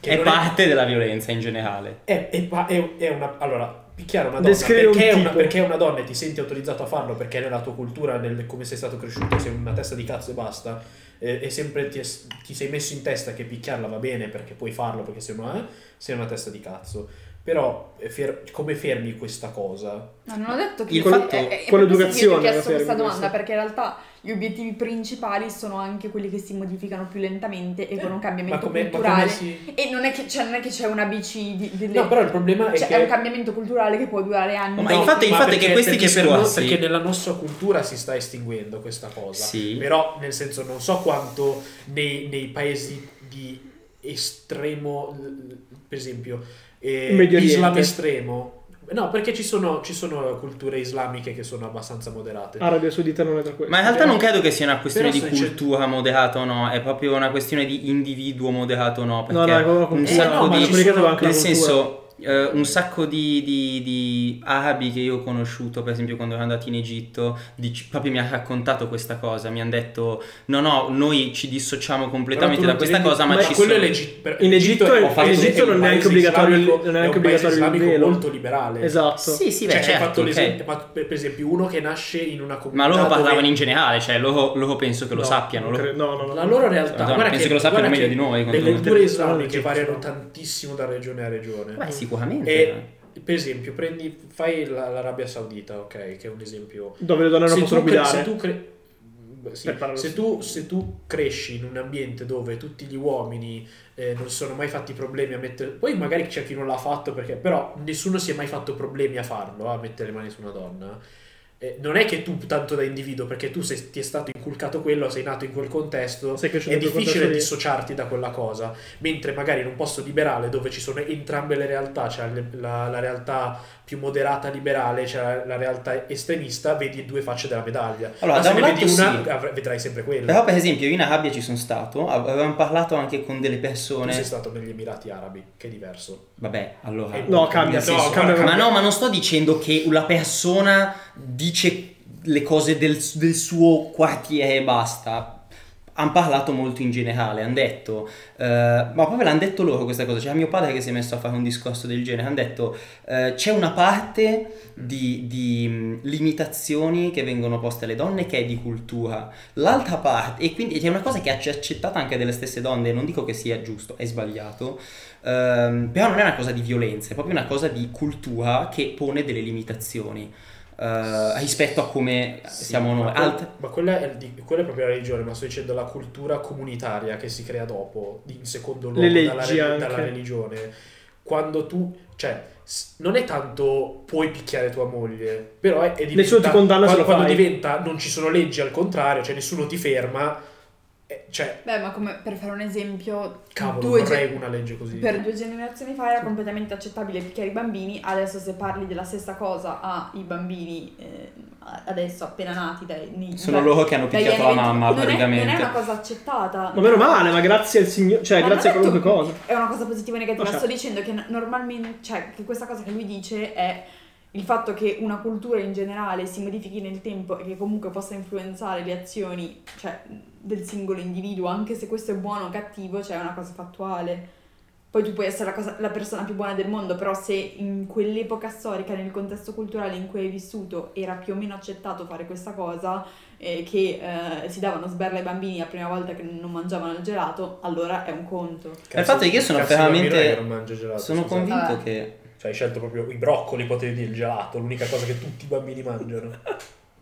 D: che
A: È
D: non è-
A: parte della violenza in generale.
D: è, è pa- è- è una... Allora, picchiare una donna
C: Descrivi
D: perché,
C: un
D: è una,
C: tipo.
D: perché è una donna e ti senti autorizzato a farlo, perché è nella tua cultura, nel come sei stato cresciuto, sei una testa di cazzo e basta, eh, e sempre ti, es- ti sei messo in testa che picchiarla va bene perché puoi farlo, perché sei una, eh, sei una testa di cazzo. Però eh, fer- come fermi questa cosa?
B: No, non ho detto che eh,
A: Il fatto-
C: con
B: per questo
C: l'educazione,
B: che Io ti ho chiesto
C: alla fine,
B: questa
C: questo.
B: domanda perché in realtà gli obiettivi principali sono anche quelli che si modificano più lentamente e con un
D: Ma
B: cambiamento
D: come, ma come
B: culturale.
D: si...
B: E non è, che, cioè, non è che c'è una bici di, delle-
D: No, però il problema è
B: cioè,
D: che...
B: è un cambiamento culturale che può durare anni.
A: Ma il fatto- il fatto è che questi
D: perché
A: che
D: per noi-
A: squassi-
D: perché nella nostra cultura si sta estinguendo questa cosa.
A: Sì.
D: Però, nel senso, non so quanto nei, nei paesi di estremo, per esempio, eh,
C: In Medio Oriente.
D: Islam estremo, No, perché ci sono, ci sono culture islamiche che sono abbastanza moderate.
C: Arabia Saudita non è da questo.
A: Ma in realtà non credo che sia una questione
D: Però
A: di
D: se c'è-
A: cultura moderata o no, è proprio una questione di individuo moderato o no.
C: No, no,
A: Perché
C: è proprio
A: un
C: una
D: cultura. Eh,
A: sacco
D: no, ma
A: di.
D: ci sono-
C: comunicata anche la
A: Nel
C: cultura.
A: senso, eh, un sacco di, di- di arabi che io ho conosciuto, per esempio, quando ero andato in Egitto, dic- proprio mi ha raccontato questa cosa. Mi hanno detto: no, no, noi ci dissociamo completamente
C: Però
A: da
C: tu
A: questa
C: non ti rendi-
A: cosa, ma,
C: ma
A: ci
D: quello
A: sono.
D: è l'Egitto. per-
C: In Egitto è-
D: un
A: in
D: paese-
A: Egitto
D: è un
C: non è
D: paese
C: anche obbligatorio il-
D: islamico-
C: non è anche
D: un paese
C: obbligatorio il
D: islamico
C: velo.
D: molto liberale.
C: Esatto.
A: Sì, sì, beh,
D: Cioè, hai
A: certo,
D: fatto
A: ok.
D: l'esempio, ma per per esempio, uno che nasce in una comunità.
A: Ma loro
D: dove-
A: parlavano in generale, cioè loro, loro penso che lo
C: No,
A: sappiano.
C: non
A: loro-
C: credo- No, no, no.
D: La loro realtà.
A: Madonna,
D: guarda
A: Esatto, penso che lo sappiano
D: guarda
A: meglio di noi,
D: Le
A: quando-
D: culture islamiche
C: Sono
D: variano
C: legitto.
D: tantissimo da regione a regione.
A: Beh, sicuramente.
D: E per esempio, prendi, fai la- l'Arabia Saudita, ok, che è un esempio.
C: Dove le donne non
D: se,
C: possono
D: tu cre- se
C: guidare.
D: tu cre- beh, sì,
C: Per parlare
D: se
C: su-
D: tu- se tu cresci in un ambiente dove tutti gli uomini eh, non sono mai fatti problemi a mettere. Poi magari c'è chi non l'ha fatto perché. Però nessuno si è mai fatto problemi a farlo, a mettere le mani su una donna. Eh, non è che tu, tanto da individuo, perché tu sei, ti è stato inculcato quello, sei nato in quel contesto,
C: Sei cresciuto
D: è
C: in quel
D: difficile
C: contesto lì.
D: dissociarti da quella cosa. Mentre magari in un posto liberale dove ci sono entrambe le realtà, c'è la, la realtà più moderata liberale, c'è la, la realtà estremista, vedi due facce della medaglia.
A: Allora, da
D: Ma se
A: un
D: ne vedi
A: lato
D: una,
A: sì.
D: avrai- vedrai sempre quella.
A: Però, per esempio, io in Arabia ci sono stato, av- avevamo parlato anche con delle
D: Tu
A: persone.
D: sei stato negli Emirati Arabi, che è diverso.
A: Vabbè, allora.
D: Eh,
C: No, cambia,
A: nel
C: no,
A: senso-
C: cambia
A: Ma
C: proprio.
A: no, ma non sto dicendo che la persona dice le cose del, del suo quartiere e basta. Hanno parlato molto in generale, hanno detto, eh, ma proprio l'hanno detto loro questa cosa. C'era mio padre che si è messo a fare un discorso del genere. Hanno detto: eh, c'è una parte di, di, mh, limitazioni che vengono poste alle donne che è di cultura, l'altra parte, e quindi è una cosa che è accettata anche dalle stesse donne. Non dico che sia giusto, è sbagliato, Ehm, però non è una cosa di violenza, è proprio una cosa di cultura che pone delle limitazioni eh, rispetto a come siamo noi.
D: ma, quel-
A: Alt-
D: ma quella, è, di- quella è proprio la religione, ma sto dicendo la cultura comunitaria che si crea dopo, in secondo luogo,
C: Le leggi
D: dalla, re-
C: anche.
D: dalla religione. Quando tu, cioè, s- non è tanto puoi picchiare tua moglie, però è, è diventa,
C: Nessuno ti condanna se
D: quando,
C: lo
D: quando
C: fai.
D: diventa non ci sono leggi, al contrario, cioè nessuno ti ferma, eh, cioè,
B: Beh, ma come per fare un esempio,
D: cavolo,
B: due
D: vorrei
B: gen-
D: una legge così.
B: per due generazioni fa era completamente accettabile picchiare i bambini, adesso se parli della stessa cosa ai bambini eh, adesso appena nati dai nei-
A: sono
B: dai-
A: loro che hanno
B: dagli
A: picchiato la
B: anni
A: mamma,
B: 20 non è-
A: praticamente.
B: non è una cosa accettata.
C: Ma meno male, ma grazie al Signore, cioè
B: Ma
C: grazie a
B: non è
C: qualunque
B: tu-
C: cosa.
B: È una cosa positiva e negativa.
C: No, certo.
B: Sto dicendo che n- normalmente, cioè, che questa cosa che lui dice è il fatto che una cultura in generale si modifichi nel tempo e che comunque possa influenzare le azioni, cioè, del singolo individuo, anche se questo è buono o cattivo, cioè, è una cosa fattuale. Poi tu puoi essere la, cosa- la persona più buona del mondo, però se in quell'epoca storica, nel contesto culturale in cui hai vissuto, era più o meno accettato fare questa cosa, eh, che eh, si davano sberla ai bambini la prima volta che non mangiavano il gelato, allora è un conto.
D: Cazzo,
A: il fatto è che io sono
D: cazzo, il bambino
A: veramente-
D: è che non mangia gelato,
A: Sono
D: scusa.
A: convinto
B: Vabbè.
A: che.
D: Cioè, hai scelto proprio i broccoli, potevi dire il gelato, l'unica cosa che tutti i bambini mangiano.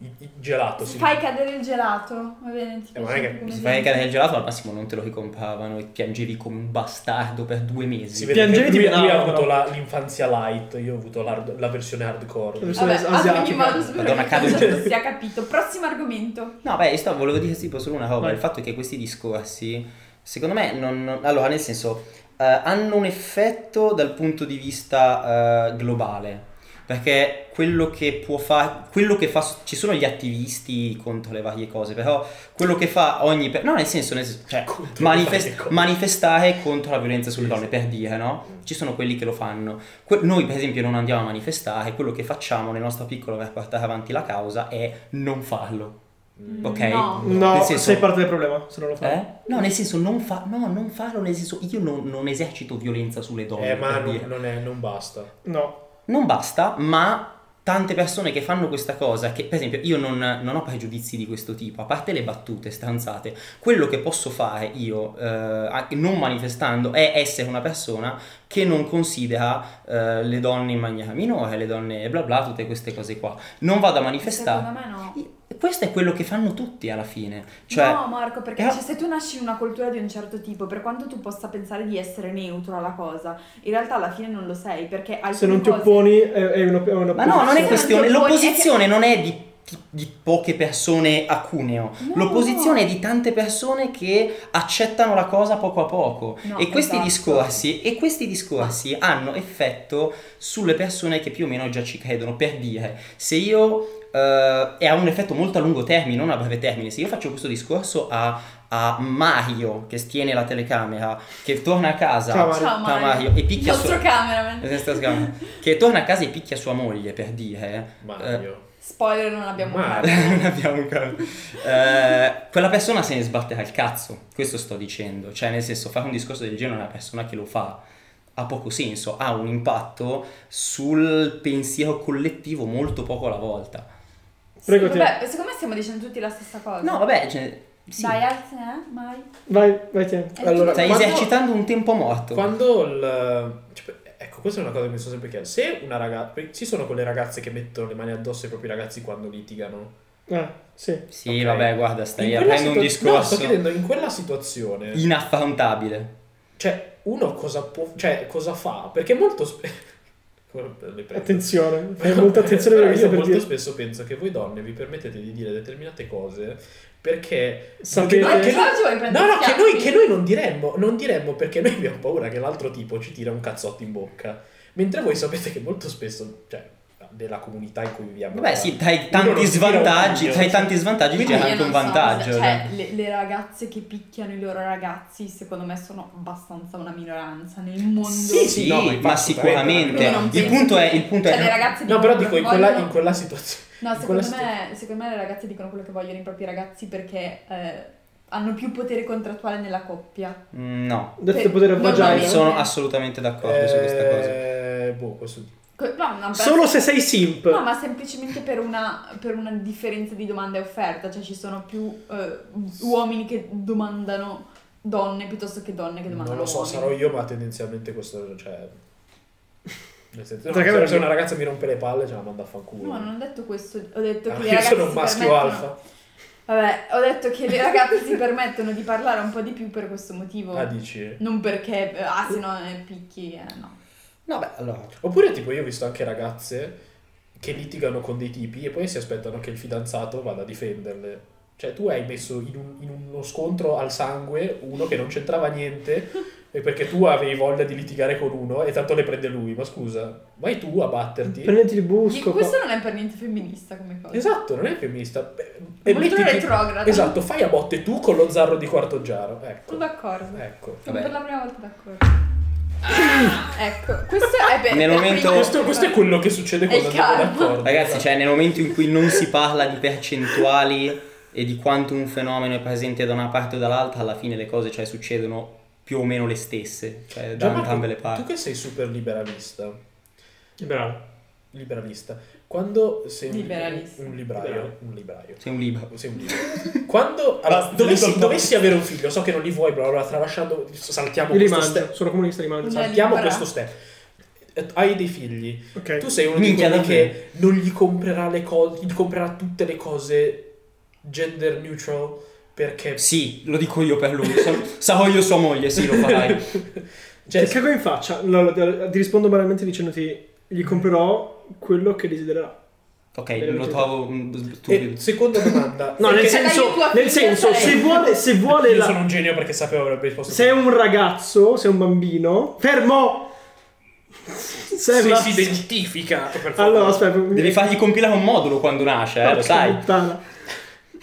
D: Il, il gelato, sì.
B: Fai cadere il gelato, va bene? Ti
D: Eh, ma non è che
B: piace
A: Se
B: come
A: fai
B: esempio?
A: cadere il gelato al massimo non te lo ricomparavano e piangevi come un bastardo per due mesi.
D: Si vede
C: Piangevi
D: che
C: di
D: lui,
C: bravo,
D: lui ha
C: però.
D: avuto la- l'infanzia light, io ho avuto l'hard- la versione
C: La
D: hardcore.
C: versione-
B: Vabbè,
C: sono
B: ad ogni
C: asiatico.
B: modo spero
A: Madonna,
B: che
A: cade-
B: non sia capito. Prossimo argomento.
A: No, beh, sto, volevo dire tipo solo una roba,
C: Vai.
A: il fatto è che questi discorsi, secondo me, non, non- allora nel senso, eh, hanno un effetto dal punto di vista eh, globale, perché quello che può fare, quello che fa, ci sono gli attivisti contro le varie cose, però quello che fa ogni, per- no nel senso, nel senso cioè,
D: Contro le
A: manifest-
D: varie cose.
A: manifestare contro la violenza sulle
D: Sì,
A: donne,
D: sì.
A: per dire, no? Ci sono quelli che lo fanno. Que- noi, per esempio, non andiamo a manifestare, quello che facciamo nel nostro piccolo per portare avanti la causa è non farlo.
D: Mm.
A: Ok?
B: No.
C: No,
A: Nel senso-
C: sei parte del problema, se non lo fai.
A: Eh? No, nel senso, non, fa- no, non farlo, nel senso, io non, non esercito violenza sulle donne.
D: Eh, ma
A: per
D: non,
A: dire.
D: non è- non basta.
C: No.
A: Non basta, ma tante persone che fanno questa cosa, che per esempio io non, non ho pregiudizi di questo tipo, a parte le battute stanzate, quello che posso fare io, eh, anche non manifestando, è essere una persona che non considera eh, le donne in maniera minore, le donne bla bla, tutte queste cose qua. Non vado a manifestare.
B: Secondo me no.
A: Questo è quello che fanno tutti alla fine. Cioè,
B: no, Marco, perché
A: Eh.
B: cioè, se tu nasci in una cultura di un certo tipo, per quanto tu possa pensare di essere neutro alla cosa, in realtà alla fine non lo sei, perché alcune
C: Se non ti
B: cose-
C: opponi è, è una, è una
A: Ma no, non
C: posizione.
A: è questione.
B: Sì, ma non ti opponi,
A: L'opposizione non è di chi- di poche persone a cuneo.
B: No.
A: L'opposizione è di tante persone che accettano la cosa poco a poco.
B: No,
A: e, questi
B: esatto.
A: discorsi, e questi discorsi hanno effetto sulle persone che più o meno già ci credono. Per dire, se io... eh, e ha un effetto molto a lungo termine, non a breve termine. Se io faccio questo discorso a, a Mario che tiene la telecamera, che torna a casa,
C: Ciao, Mario.
B: Ciao
A: Ciao, Mario.
B: Mario,
A: E picchia
B: il nostro
A: su-
B: cameraman.
A: Senza sgamo. che torna a casa e picchia sua moglie per dire
D: Mario.
A: Eh.
B: Spoiler, non abbiamo
D: Ma-
B: capito.
A: non abbiamo ancora Eh, quella persona se ne sbatterà il cazzo questo sto dicendo cioè nel senso fare un discorso del genere a una persona che lo fa ha poco senso ha un impatto sul pensiero collettivo molto poco alla volta
C: Prego,
B: Sì, vabbè, secondo me stiamo dicendo tutti la stessa cosa.
A: no vabbè cioè, sì.
B: Dai, alzane, eh? Mai.
C: Vai, vai te.
B: È
D: Allora,
B: tutto-
A: stai
D: eh, Quando-
A: esercitando un tempo morto
D: Quando il. cioè, ecco, questa è una cosa che mi sono sempre chiesto. Se una ragazza. Ci sono quelle ragazze che mettono le mani addosso ai propri ragazzi quando litigano.
C: Ah, sì.
A: sì
D: Ok.
A: vabbè guarda stai
D: In quella
A: aprendo un
D: situa- No,
A: discorso
D: sto chiedendo, in quella situazione.
A: inaffrontabile
D: Cioè, uno cosa può. Cioè, cosa fa? Perché molto spesso.
C: Attenzione, fai molta attenzione
D: Però
C: perché
D: io
C: stai per
D: Eh, molto
C: dire.
D: spesso penso che voi donne vi permettete di dire determinate cose perché
C: Sapete-
D: che-
B: Anche Giorgio vuoi
D: no
B: prendere
D: no che
B: schiaffi?
D: noi, che noi non diremmo non diremmo perché noi abbiamo paura che l'altro tipo ci tira un cazzotto in bocca mentre voi sapete che molto spesso cioè nella comunità in cui viviamo
A: vabbè sì dai
D: Uno non
A: tanti
D: si tira un
A: svantaggi
D: pugno.
A: tra i tanti svantaggi
B: Quindi
A: c'è
B: io
A: anche
B: non
A: un
B: so,
A: vantaggio
B: Cioè, le, le ragazze che picchiano i loro ragazzi, secondo me, sono abbastanza una minoranza nel mondo.
A: Sì, sì,
D: no, ma
A: ma,
D: infatti,
A: sicuramente.
B: Io non
A: Il
B: penso
A: punto
B: che-
A: è, il punto
B: cioè,
A: è
B: le ragazze
D: no
B: dicono
D: però
B: quello
D: dico
B: che
D: in quella,
B: vogliono.
D: in quella situazione
B: No,
D: in quella
B: secondo me, secondo me le ragazze dicono quello che vogliono i propri ragazzi perché eh, hanno più potere contrattuale nella coppia.
A: Mm, no,
C: Detto
B: Sì.
C: potere
B: Non
A: Già,
C: avvaggiare.
B: mi-
A: sono assolutamente d'accordo su questa cosa.
D: Eh, boh questo
B: Co- no, no, per-
C: Solo se sei simp.
B: No, ma semplicemente per una, per una differenza di domanda e offerta, cioè ci sono più eh, uomini che domandano donne piuttosto che donne che
D: non
B: domandano
D: lo so
B: uomini.
D: sarò io ma tendenzialmente questo cioè nel senso no,
C: Perché
D: se- se
C: perché-
D: una ragazza mi rompe le palle ce la manda a fanculo
B: No, non ho detto questo, ho detto
D: Ah,
B: che le
D: io
B: ragazze
D: sono un
B: si
D: maschio
B: permettono...
D: alfa
B: Vabbè, ho detto che le ragazze si permettono di parlare un po' di più per questo motivo.
D: Ah, dici?
B: non perché, eh, ah, se no eh, picchi, eh, no.
A: No, beh, allora.
D: Oppure tipo io ho visto anche ragazze che litigano con dei tipi e poi si aspettano che il fidanzato vada a difenderle. Cioè tu hai messo in, un- in uno scontro al sangue uno che non c'entrava niente e perché tu avevi voglia di litigare con uno e tanto le prende lui. Ma scusa, vai tu a batterti.
C: Prenditi il busco.
B: questo non è per niente femminista come cosa.
D: Esatto, non è femminista. Beh,
B: È molto
D: mettiti-
B: retrograda.
D: Esatto, fai a botte tu con lo zarro di quarto giaro. Ecco.
B: Sono d'accordo.
D: Ecco.
B: Sono
A: Vabbè.
B: per la prima volta d'accordo. ecco, questo è per
A: Nel
B: per
A: momento-
B: prima-
D: Ah. Questo, questo è quello che succede
B: È il
D: quando andiamo
B: karma.
D: d'accordo. esatto.
A: Ragazzi, cioè, nel momento in cui non si parla di percentuali e di quanto un fenomeno è presente da una parte o dall'altra, alla fine le cose cioè, succedono più o meno le stesse, cioè da
D: Gianmarco,
A: entrambe le parti.
D: Tu che sei super liberalista.
C: Bravo.
D: liberalista. Quando sei un,
B: Liberalista.
D: un libraio,
C: Liberale.
D: un libraio.
A: Sei un libro.
D: Sei un libraio. Quando allora,
A: Basta,
D: dovessi,
A: detto il
D: dovessi avere un figlio, so che non li vuoi, bla bla, bla, tralasciando, saltiamo
C: Io li
D: questo
C: mangio,
D: step.
C: sono comunista, li mangio.
B: Una
D: Saltiamo
B: libera.
D: questo step. Eh, Hai dei figli.
C: Ok. Cioè,
D: Tu sei uno di
A: Minchia,
D: quelli
A: davvero?
D: che non gli comprerà le cose, gli comprerà tutte le cose gender neutral perché
A: Sì, lo dico io per lui. Sono- sarò io sua moglie, sì, lo farai.
D: cioè,
C: Ti cago in faccia. No, no, ti rispondo banalmente dicendoti gli comprerò quello che desidererà.
A: Ok, lo trovo mm,
D: e,
A: stupido.
D: seconda domanda.
C: No, nel
D: Perché-
B: se dai tua
C: senso,
B: figlia cioè.
C: nel senso, se
B: sarei-
C: vuole, se vuole
D: io
C: la...
D: sono un genio perché sapevo avrebbe risposto.
C: Se è un ragazzo, se è un bambino, fermo!
D: se
C: Serva.
D: si identifica. per favore.
C: Allora, aspetta, mi-
A: Devi fargli compilare un modulo quando nasce, eh, lo
C: Porca
A: sai.
C: puttana.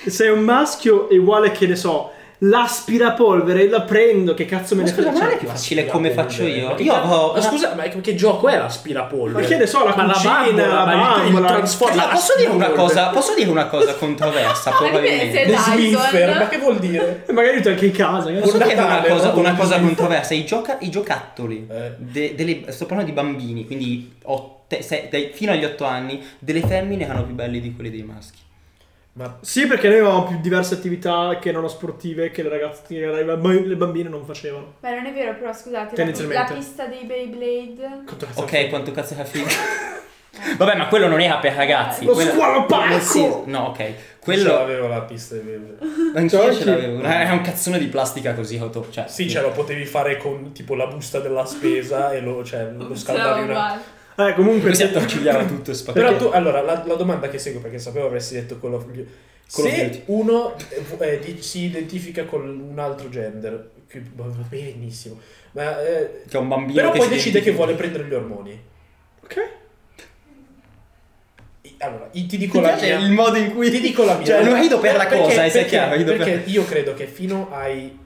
C: Se è un maschio è uguale che ne so, l'aspirapolvere la prendo, che cazzo me
A: Ma
C: ne
A: scusa, ma non è
C: frega. Cioè,
A: più facile come faccio io.
D: Ma
A: Io avrò.
D: Ma
A: una-
D: scusa, ma che, che gioco è l'aspirapolvere?
C: Ma che ne so, la
D: Ma
C: cucina,
D: bambola,
C: la
D: ma il- il,
C: bambola.
D: transform-
A: Ma Ah, posso dire una
D: l'aspirapolvere.
A: cosa? Posso dire una cosa controversa,
B: Ma dipende
A: probabilmente.
B: se-
D: Lo
B: Dyson.
D: Swiffer, ma che vuol dire?
C: E eh, magari tu anche in casa. eh. che ne so.
A: Posso dire una
D: Natale,
A: cosa,
D: no?
A: una cosa controversa? I, gioca- i giocattoli,
D: Eh.
A: de- delle- sto parlando di bambini, quindi otte- se- dai- fino agli 8 anni, delle femmine erano più belli di quelli dei maschi.
D: Ma
C: Sì, perché noi avevamo più diverse attività che erano sportive che le ragazze, le bambine non facevano.
B: Beh, non è vero, però scusate, la,
C: Tendenzialmente.
B: la pista dei Beyblade...
C: Quanto cazzo
A: Ok, quanto cazzo era figo. Vabbè, ma quello non era per ragazzi.
C: Lo
A: quello-
C: squalo pacco!
A: Sì, No, ok.
D: quello
A: Quello
D: avevo la pista di-
A: anch'io ce
C: anch'io.
A: l'avevo. Era un cazzone di plastica così, rotto, cioè,
D: Sì, ce lo potevi fare con tipo la busta della spesa e lo, cioè, lo scaldavi
B: Sarà
D: una...
B: uguale.
C: Eh, comunque,
E: Così
A: Esatto.
E: attorcigliava tutto e spaccava.
D: Però tu, allora, la, la domanda che segue, perché sapevo avresti detto Call of Duty.
E: Call of
D: se
E: Duty.
D: uno eh, vu- eh, di- si identifica con un altro gender, che boh, va benissimo, ma, eh,
A: Che è un bambino
D: però
A: che
D: poi
A: si
D: decide che
A: identifica.
D: vuole prendere gli ormoni.
C: ok.
D: I- Allora, i- ti dico
A: Mi
D: la
A: piace
D: mia.
A: il modo in cui
D: Ti dico la mia.
A: Cioè, non rido per la
D: Perché-
A: cosa, eh, sei
D: perché-
A: chiaro, rido per-
D: Perché io credo che fino ai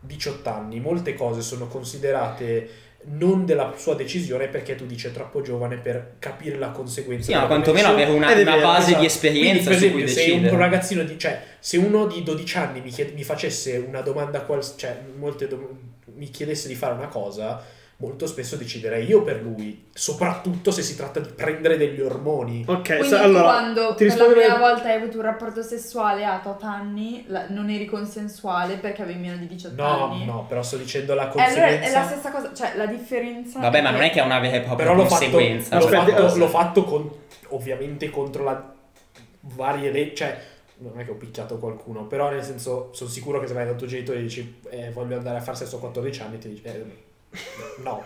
D: 18 anni molte cose sono considerate non della sua decisione perché tu dici è troppo giovane per capire la conseguenza.
A: Sì, ma
D: della
A: quantomeno
D: decisione.
A: avere una,
C: Ed è
A: una
C: vero,
A: base
D: Esatto.
A: di
D: Quindi,
A: esperienza
D: per
A: su cui
D: esempio, se un
A: decidere.
D: ragazzino di, cioè, se uno di 12 anni mi, chied- mi facesse una domanda, quals- cioè, molte dom- mi chiedesse di fare una cosa, molto spesso deciderei io per lui, soprattutto se si tratta di prendere degli ormoni.
C: Ok,
B: Quindi
C: Eh, sa-
B: tu
C: allora,
B: quando per
C: ti
B: la
C: rispondo
B: prima
C: nel-
B: volta hai avuto un rapporto sessuale a 8 anni, la- non eri consensuale perché avevi meno di 18
D: No,
B: anni.
D: no, però sto dicendo la
B: E allora è
D: conseguenza.
B: la stessa cosa, cioè la differenza...
A: Vabbè, ma non è che è una vera e propria
D: però l'ho fatto,
A: conseguenza.
D: l'ho
C: Aspetta,
D: fatto,
C: aspetta.
D: l'ho fatto con- ovviamente contro la varie leggi, cioè non è che ho picchiato qualcuno, però nel senso sono sicuro che se vai dal tuo genitore e dici eh, voglio andare a far sesso a 14 anni, ti dici eh, no.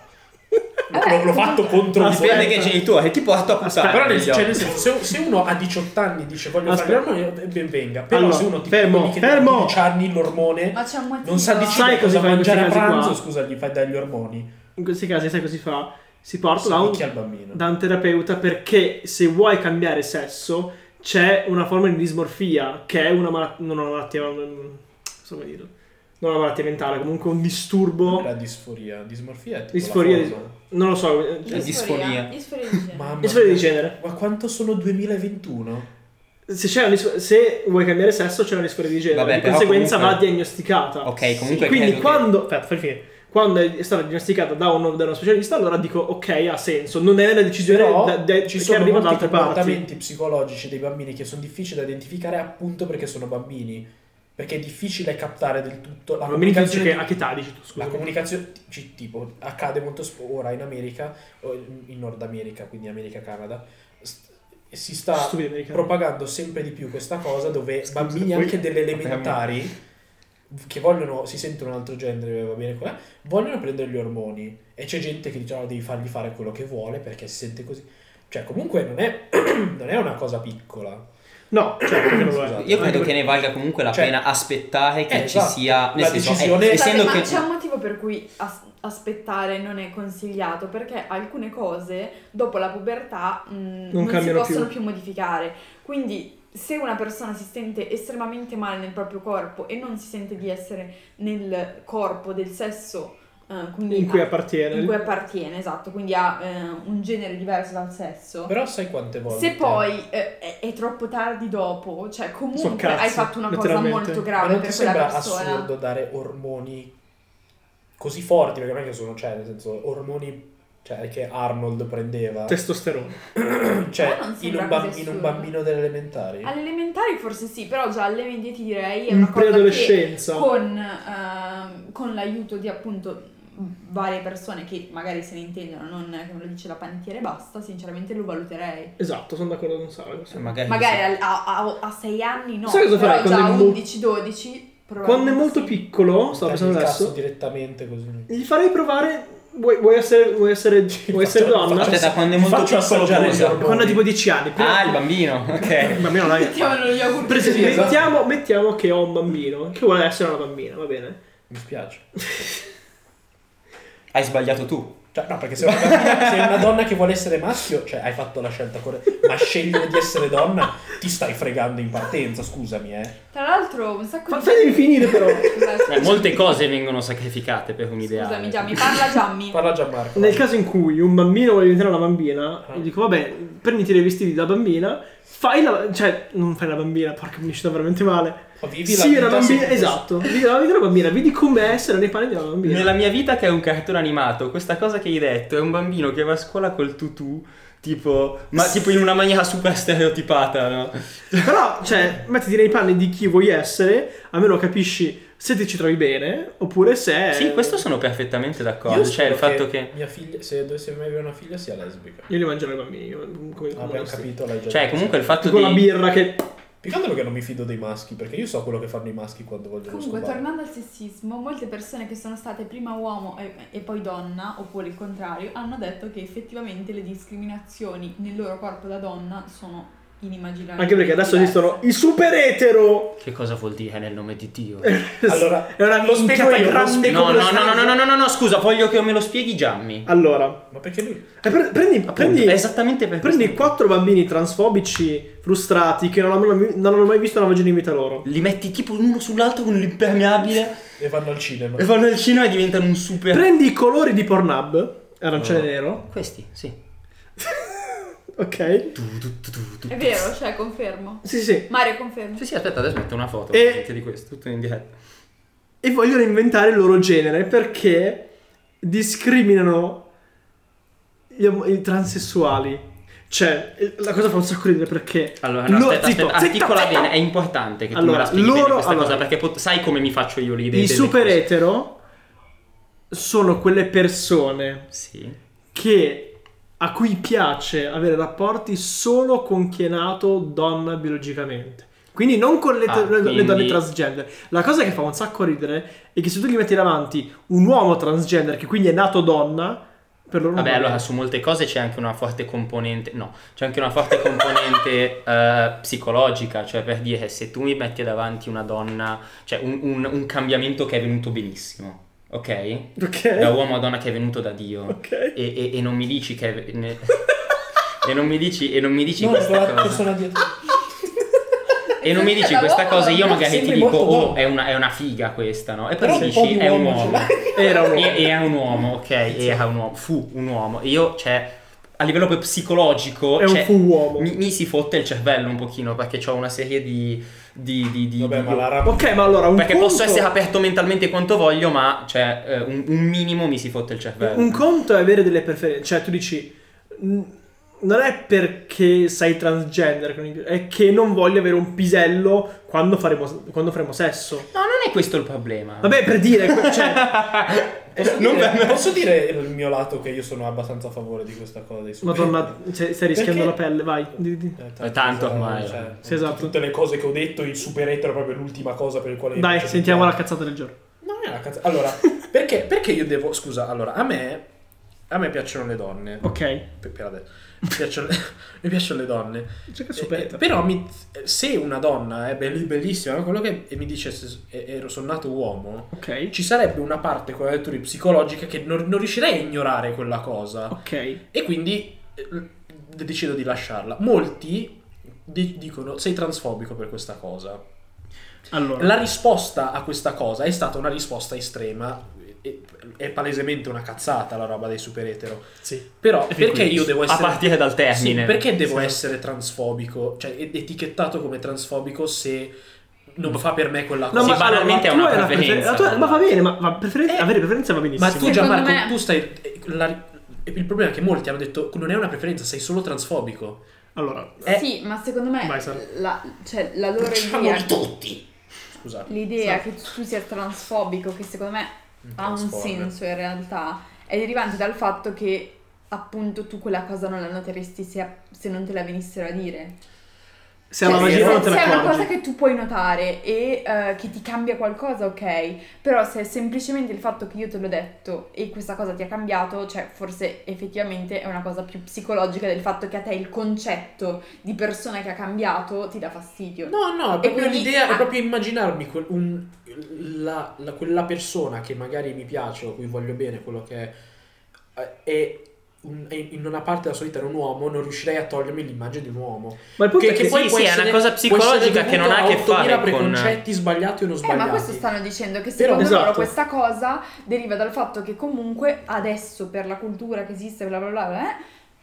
D: L'ho, l'ho fatto contro di
A: Dipende che
D: te.
A: eh, genitore, ti porto a puttana.
D: Però nel, cioè, nel senso, se, se uno a 18 anni dice voglio fare
C: Aspetta.
D: l'ormone, eh, ben venga. Però
C: Allora,
D: se uno ti
C: fermo,
D: quelli che
C: fermo.
D: a 12 anni l'ormone
B: Ma c'è un motivo.
D: non sa
C: Sai
D: decidere
C: cosa
D: cosa
C: fai in questi
D: mangiare a
C: casi qua?
D: pranzo, scusa, gli fai dagli ormoni.
C: in questi casi, sai cosa si fa? Si porta
D: Si
C: da un,
D: picchia il bambino.
C: da un terapeuta perché se vuoi cambiare sesso c'è una forma di dismorfia che è una malattia, non una malattia, non so come dirlo, non una malattia mentale, comunque un disturbo,
D: La disforia, dismorfia è tipo
C: disforia,
D: la
C: dis-
D: forma.
C: non lo so, eh,
A: Sì.
C: cioè,
A: disfonia.
B: Disforia di genere.
D: Mamma
C: disforia di
D: mia.
C: genere.
D: Ma quanto sono 2021?
C: Se, c'è una disfo- se vuoi cambiare sesso c'è una disforia di genere,
A: Vabbè,
C: di
A: però
C: conseguenza
A: comunque-
C: va diagnosticata.
A: Ok, comunque
C: Quindi
A: credo che-
C: quando, aspetta, fai finire. quando è stata diagnosticata da uno, da uno specialista, allora dico ok, ha senso, non è una decisione
D: Però
C: da- da-
D: ci
C: che
D: sono
C: arriva da
D: molti
C: altre parti.
D: comportamenti psicologici dei bambini che sono difficili da identificare appunto perché sono bambini. Perché è difficile captare del tutto la
C: Non mi dici
D: comunicazione.
C: che
D: di-
C: a che età dici tu, scusa.
D: La comunicazione, ci- tipo, accade molto sp- ora in America, o in in Nord America, quindi America-Canada, st- si sta
C: Stupido americano.
D: propagando sempre di più questa cosa dove
A: Scusa,
D: bambini
A: poi-
D: anche delle elementari che vogliono, si sentono un altro genere, va bene qua, vogliono prendere gli ormoni e c'è gente che dice no, devi fargli fare quello che vuole perché si sente così. Cioè, comunque non è, non è una cosa piccola.
C: No, cioè, perché non lo è.
D: Scusate.
A: Io credo che ne valga comunque la
D: Cioè-
A: pena aspettare che
D: Eh,
A: ci
D: esatto.
A: sia. Nel senso,
D: La
A: eh,
D: decisione-
B: Scusate,
A: essendo
B: ma
A: che.
B: c'è un motivo per cui as- aspettare non è consigliato perché alcune cose dopo la pubertà mh, non, si
C: cambiano
B: possono
C: più.
B: più. modificare. Quindi se una persona si sente estremamente male nel proprio corpo e non si sente di essere nel corpo del sesso eh, quindi
C: in cui
B: a-
C: appartiene.
B: in cui appartiene, esatto, quindi ha eh, un genere diverso dal sesso.
D: Però sai quante volte...
B: Se poi eh, è, è troppo tardi dopo, cioè
C: Sono
B: comunque
C: cazzi,
B: hai fatto una cosa
C: letteralmente.
B: molto
D: Ma
B: grave
D: non ti
B: per quella
D: sembra
B: persona.
D: assurdo dare ormoni così forti? Perché non è che sono, cioè, nel senso, ormoni cioè, che Arnold prendeva.
C: Testosterone.
D: Cioè,
B: Ma non
D: in
B: sembra
D: un, bam-
B: così
D: in un
B: assurdo.
D: bambino delle elementari.
B: Alle elementari forse sì, però già alle medie ti direi è
C: In
B: una cosa che
C: preadolescenza.
B: con, ehm, con l'aiuto di appunto varie persone che magari se ne intendono, non che me lo dice la panettiera e basta, sinceramente lo valuterei.
C: Esatto, sono d'accordo con Sara. questo.
A: Eh, Magari.
B: Magari a- a, a, 6 anni no,
C: Sai cosa
B: però
C: farei
B: già a
C: quando è mo-
B: 11-12
C: Quando è molto
B: piccolo
C: piccolo, stavo
D: Tagli
C: pensando
D: il cazzo
C: adesso,
D: direttamente così.
C: gli farei provare. Vuoi, vuoi essere, vuoi essere, vuoi essere
D: Faccio-
C: donna?
D: faccio-
A: Aspetta, Cioè, quando è
D: ti
A: molto
D: faccio
A: piccolo
D: assaggiare
A: cosa?
D: gli ormoni.
C: Quando ha tipo 10 anni. prima-
A: Ah, il bambino, ok.
C: Ma almeno dai.
B: Mettiamolo gli auguri.
C: Per esempio,
D: Sì, esatto.
C: mettiamo, mettiamo che ho un bambino che vuole essere una bambina, va bene.
D: Mi spiace.
A: Hai sbagliato tu.
D: Cioè, no, perché se una, bambina- se una donna che vuole essere maschio, cioè, hai fatto la scelta corretta. Ma scegliere di essere donna, ti stai fregando in partenza, scusami, eh.
B: Tra l'altro, un sacco
C: Fa-
B: di
C: Fatemi finire però.
B: Scusate,
A: Eh, molte eh. cose vengono sacrificate per un ideale.
B: Scusami, Gianni, parla Gianni.
D: Parla Gianmarco.
C: Nel caso in cui un bambino vuole diventare una bambina,
D: Ah.
C: gli dico vabbè, prenditi dei vestiti da bambina, fai la... cioè non fai la bambina, porca mi è uscita veramente male.
D: Vivi la
C: Sì,
D: vita
C: una bambina,
D: secondo-
C: esatto. Vedi la vita della bambina, vedi com'è essere nei panni della bambina.
A: Nella mia vita che è un cartone animato, questa cosa che hai detto è un bambino che va a scuola col tutù, tipo, ma tipo in una maniera super stereotipata, no?
C: Però, cioè, mettiti nei panni di chi vuoi essere, almeno capisci se ti ci trovi bene, oppure se...
A: Sì, questo sono perfettamente d'accordo,
D: Io
A: cioè il
D: spero
A: fatto che...
D: Mia figlia, se dovessi mai avere una figlia, sia lesbica.
C: Io li mangio ai bambini, io- come- come-
D: Abbiamo capito, l'hai già
A: Cioè
D: detto.
A: comunque il fatto
C: Con la
A: di...
C: birra che...
D: Più che altro perché non mi fido dei maschi, perché io so quello che fanno i maschi quando vogliono
B: Comunque,
D: scopare.
B: tornando al sessismo, molte persone che sono state prima uomo e, e poi donna, oppure il contrario, hanno detto che effettivamente le discriminazioni nel loro corpo da donna sono inimmaginabili. Cioè,
C: Anche perché adesso
B: diverse.
C: esistono i super etero.
A: Che cosa vuol dire nel nome di Dio?
D: Allora,
C: è una
D: lo spiego
C: minchiata
D: io, lo
C: grande
D: spiego.
A: No,
C: Eh, come lo
A: no, no, no,
C: sangue.
A: no, no, no, no, no, scusa, voglio che me lo spieghi Gianni.
C: Allora,
D: Ma perché lui?
C: eh, pre- prendi,
A: Appunto,
C: prendi,
A: è esattamente per
C: prendi
A: questo.
C: quattro bambini transfobici frustrati che non hanno mai, non hanno mai visto una vagina in vita loro.
A: Li metti tipo uno sull'altro con l'impermeabile
D: E vanno al cinema.
A: e vanno al cinema e diventano un super...
C: Prendi i colori di Pornhub, arancione e
A: Oh.
C: nero.
A: Questi, sì.
C: Ok.
A: Tu, tu, tu, tu, tu.
B: È vero, cioè, confermo.
C: Sì, sì.
B: Mario, confermo.
A: Sì, sì, aspetta, adesso metto una foto
C: E-
A: ovviamente, di questo, tutto in diretta.
C: E vogliono inventare il loro genere perché discriminano gli om- i transessuali. Cioè, eh, la cosa fa un sacco ridere perché...
A: Allora, no,
C: lo-
A: aspetta,
C: zitto,
A: aspetta,
C: zitto,
A: articola
C: zitto.
A: bene, è importante che tu
C: Allora,
A: me la spieghi bene
C: loro-
A: questa
C: allora.
A: cosa, perché pot- sai come mi faccio io l'idea.
C: I super etero sono quelle persone
A: Sì.
C: che a cui piace avere rapporti solo con chi è nato donna biologicamente. Quindi non con le,
A: Ah,
C: le- le
A: quindi-
C: donne transgender. La cosa che fa un sacco ridere è che se tu gli metti davanti un uomo transgender che quindi è nato donna, per loro non
A: Vabbè,
C: va
A: allora
C: bene.
A: su molte cose c'è anche una forte componente, no, c'è anche una forte componente eh, psicologica, cioè per dire se tu mi metti davanti una donna, cioè un, un- un cambiamento che è venuto benissimo, ok? Da
C: Ok.
A: uomo a donna che è venuto da Dio.
C: Ok.
A: E, e- e non mi dici che... è- ne- e non mi dici, e non mi dici
D: No,
A: questa
D: la
A: cosa.
D: persona dietro.
A: E non mi dici
B: Da
A: questa
B: uomo a
A: cosa, io
B: donna,
A: magari ti
D: sembri
A: dico,
D: molto
A: oh,
D: uomo."
A: è una, è una figa questa, no? E poi
D: Però
A: mi
D: un po'
A: dici,
D: di
A: è un
D: uomo cioè. ce
A: uomo.
D: l'hai.
C: Era un uomo.
A: E, era un uomo, ok? Era un uomo, fu un uomo. Io, cioè, a livello proprio psicologico,
C: È un
A: cioè,
C: fu uomo.
A: mi, mi si fotte il cervello un pochino perché ho una serie di. di, di, di-
D: Vabbè,
A: di-
D: ma la rap...
C: Ok, ma allora un
A: Perché
C: conto,
A: posso essere aperto mentalmente quanto voglio, ma cioè, eh, un, un minimo mi si fotte il cervello.
C: Un conto è avere delle preferenze, cioè tu dici "Mh, non è perché sei transgender, quindi- è che non voglio avere un pisello quando faremo, quando faremo sesso.
A: No, non è questo il problema.
C: Vabbè, per dire, cioè,
D: Posso,
A: Non
D: dire,
A: per me.
D: posso dire il mio lato che io sono abbastanza a favore di questa cosa dei super-
C: Madonna, stai, stai rischiando
D: Perché-
C: la pelle, vai. di- di-
D: Eh,
A: Eh, tanto ormai.
D: cioè,
C: Sì, esatto.
D: Tutte le cose che ho detto, il super etero è proprio l'ultima cosa per il quale... mi
C: Dai,
D: faccio
C: sentiamo la
D: sentire.
C: cazzata del giorno.
D: Non è una cazzo... Allora, perché, perché io devo... Scusa, allora, a me... A me piacciono le donne.
C: Ok.
D: Pe- per adesso. Mi piacciono le, mi piacciono le donne.
C: Cioè, che
D: Eh,
C: supereta.
D: però mi- se una donna è bell- bellissima, quello che e mi dice se- e- ero sono nato uomo,
C: Ok.
D: ci sarebbe una parte con la lettura psicologica che non, non riuscirei a ignorare quella cosa.
C: Ok.
D: E quindi eh, l- decido di lasciarla. Molti di- dicono sei transfobico per questa cosa.
C: Allora.
D: La risposta a questa cosa è stata una risposta estrema. e- È palesemente una cazzata la roba dei super etero.
C: Sì.
D: Però
A: E fin
D: perché
A: qui,
D: io devo essere
A: A partire dal
D: sì,
A: termine.
D: perché devo
C: Sì.
D: essere transfobico? Cioè, ed- etichettato come transfobico se non fa per me quella cosa.
A: No, Sì, ma- banalmente
C: allora,
A: è
C: tu
A: una
C: hai prefer-
A: preferenza.
C: la tua- ma va bene, ma, ma preferenza-
D: Eh.
C: avere preferenza va benissimo.
D: Ma tu,
B: Secondo
D: Gianmarco,
B: me-
D: tu stai. eh, la- il problema è che molti hanno detto non è una preferenza, sei solo transfobico.
C: Allora,
D: Eh,
B: Sì, ma secondo me
C: Vai, Sara.
B: la, cioè, la loro
A: Diciamo
B: idea,
D: Facciamoli tutti! Scusate.
B: l'idea che tu sia transfobico, che secondo me
D: Esatto.
B: ha un senso in realtà, è derivante dal fatto che appunto tu quella cosa non la noteresti se, se non te la venissero a dire.
C: se alla
B: Cioè,
C: vagina non te
B: se
C: la
B: è una cosa
C: accorgi.
B: che tu puoi notare e eh, che ti cambia qualcosa, ok, però se è semplicemente il fatto che io te l'ho detto e questa cosa ti ha cambiato, cioè forse effettivamente è una cosa più psicologica del fatto che a te il concetto di persona che ha cambiato ti dà fastidio.
D: No, no, è proprio
B: quindi-
D: l'idea,
B: ah.
D: è proprio immaginarmi quel- un- la- la- quella persona che magari mi piace, o cui voglio bene, quello che è, eh, è un- è in una parte della sua vita era un uomo, non riuscirei a togliermi l'immagine di un uomo.
C: Ma il punto
D: Che,
C: è
D: che
C: che
D: poi
A: sì,
D: può
A: sì, è
D: essere-
A: una cosa
D: può essere
A: psicologica che non ha a che
D: dovuto 8000
A: fare con-
D: preconcetti sbagliati o non
B: Eh,
D: sbagliati.
B: ma questo stanno dicendo che
D: Però-
B: secondo loro
C: Esatto.
B: questa cosa deriva dal fatto che comunque adesso per la cultura che esiste, bla bla bla, bla, eh,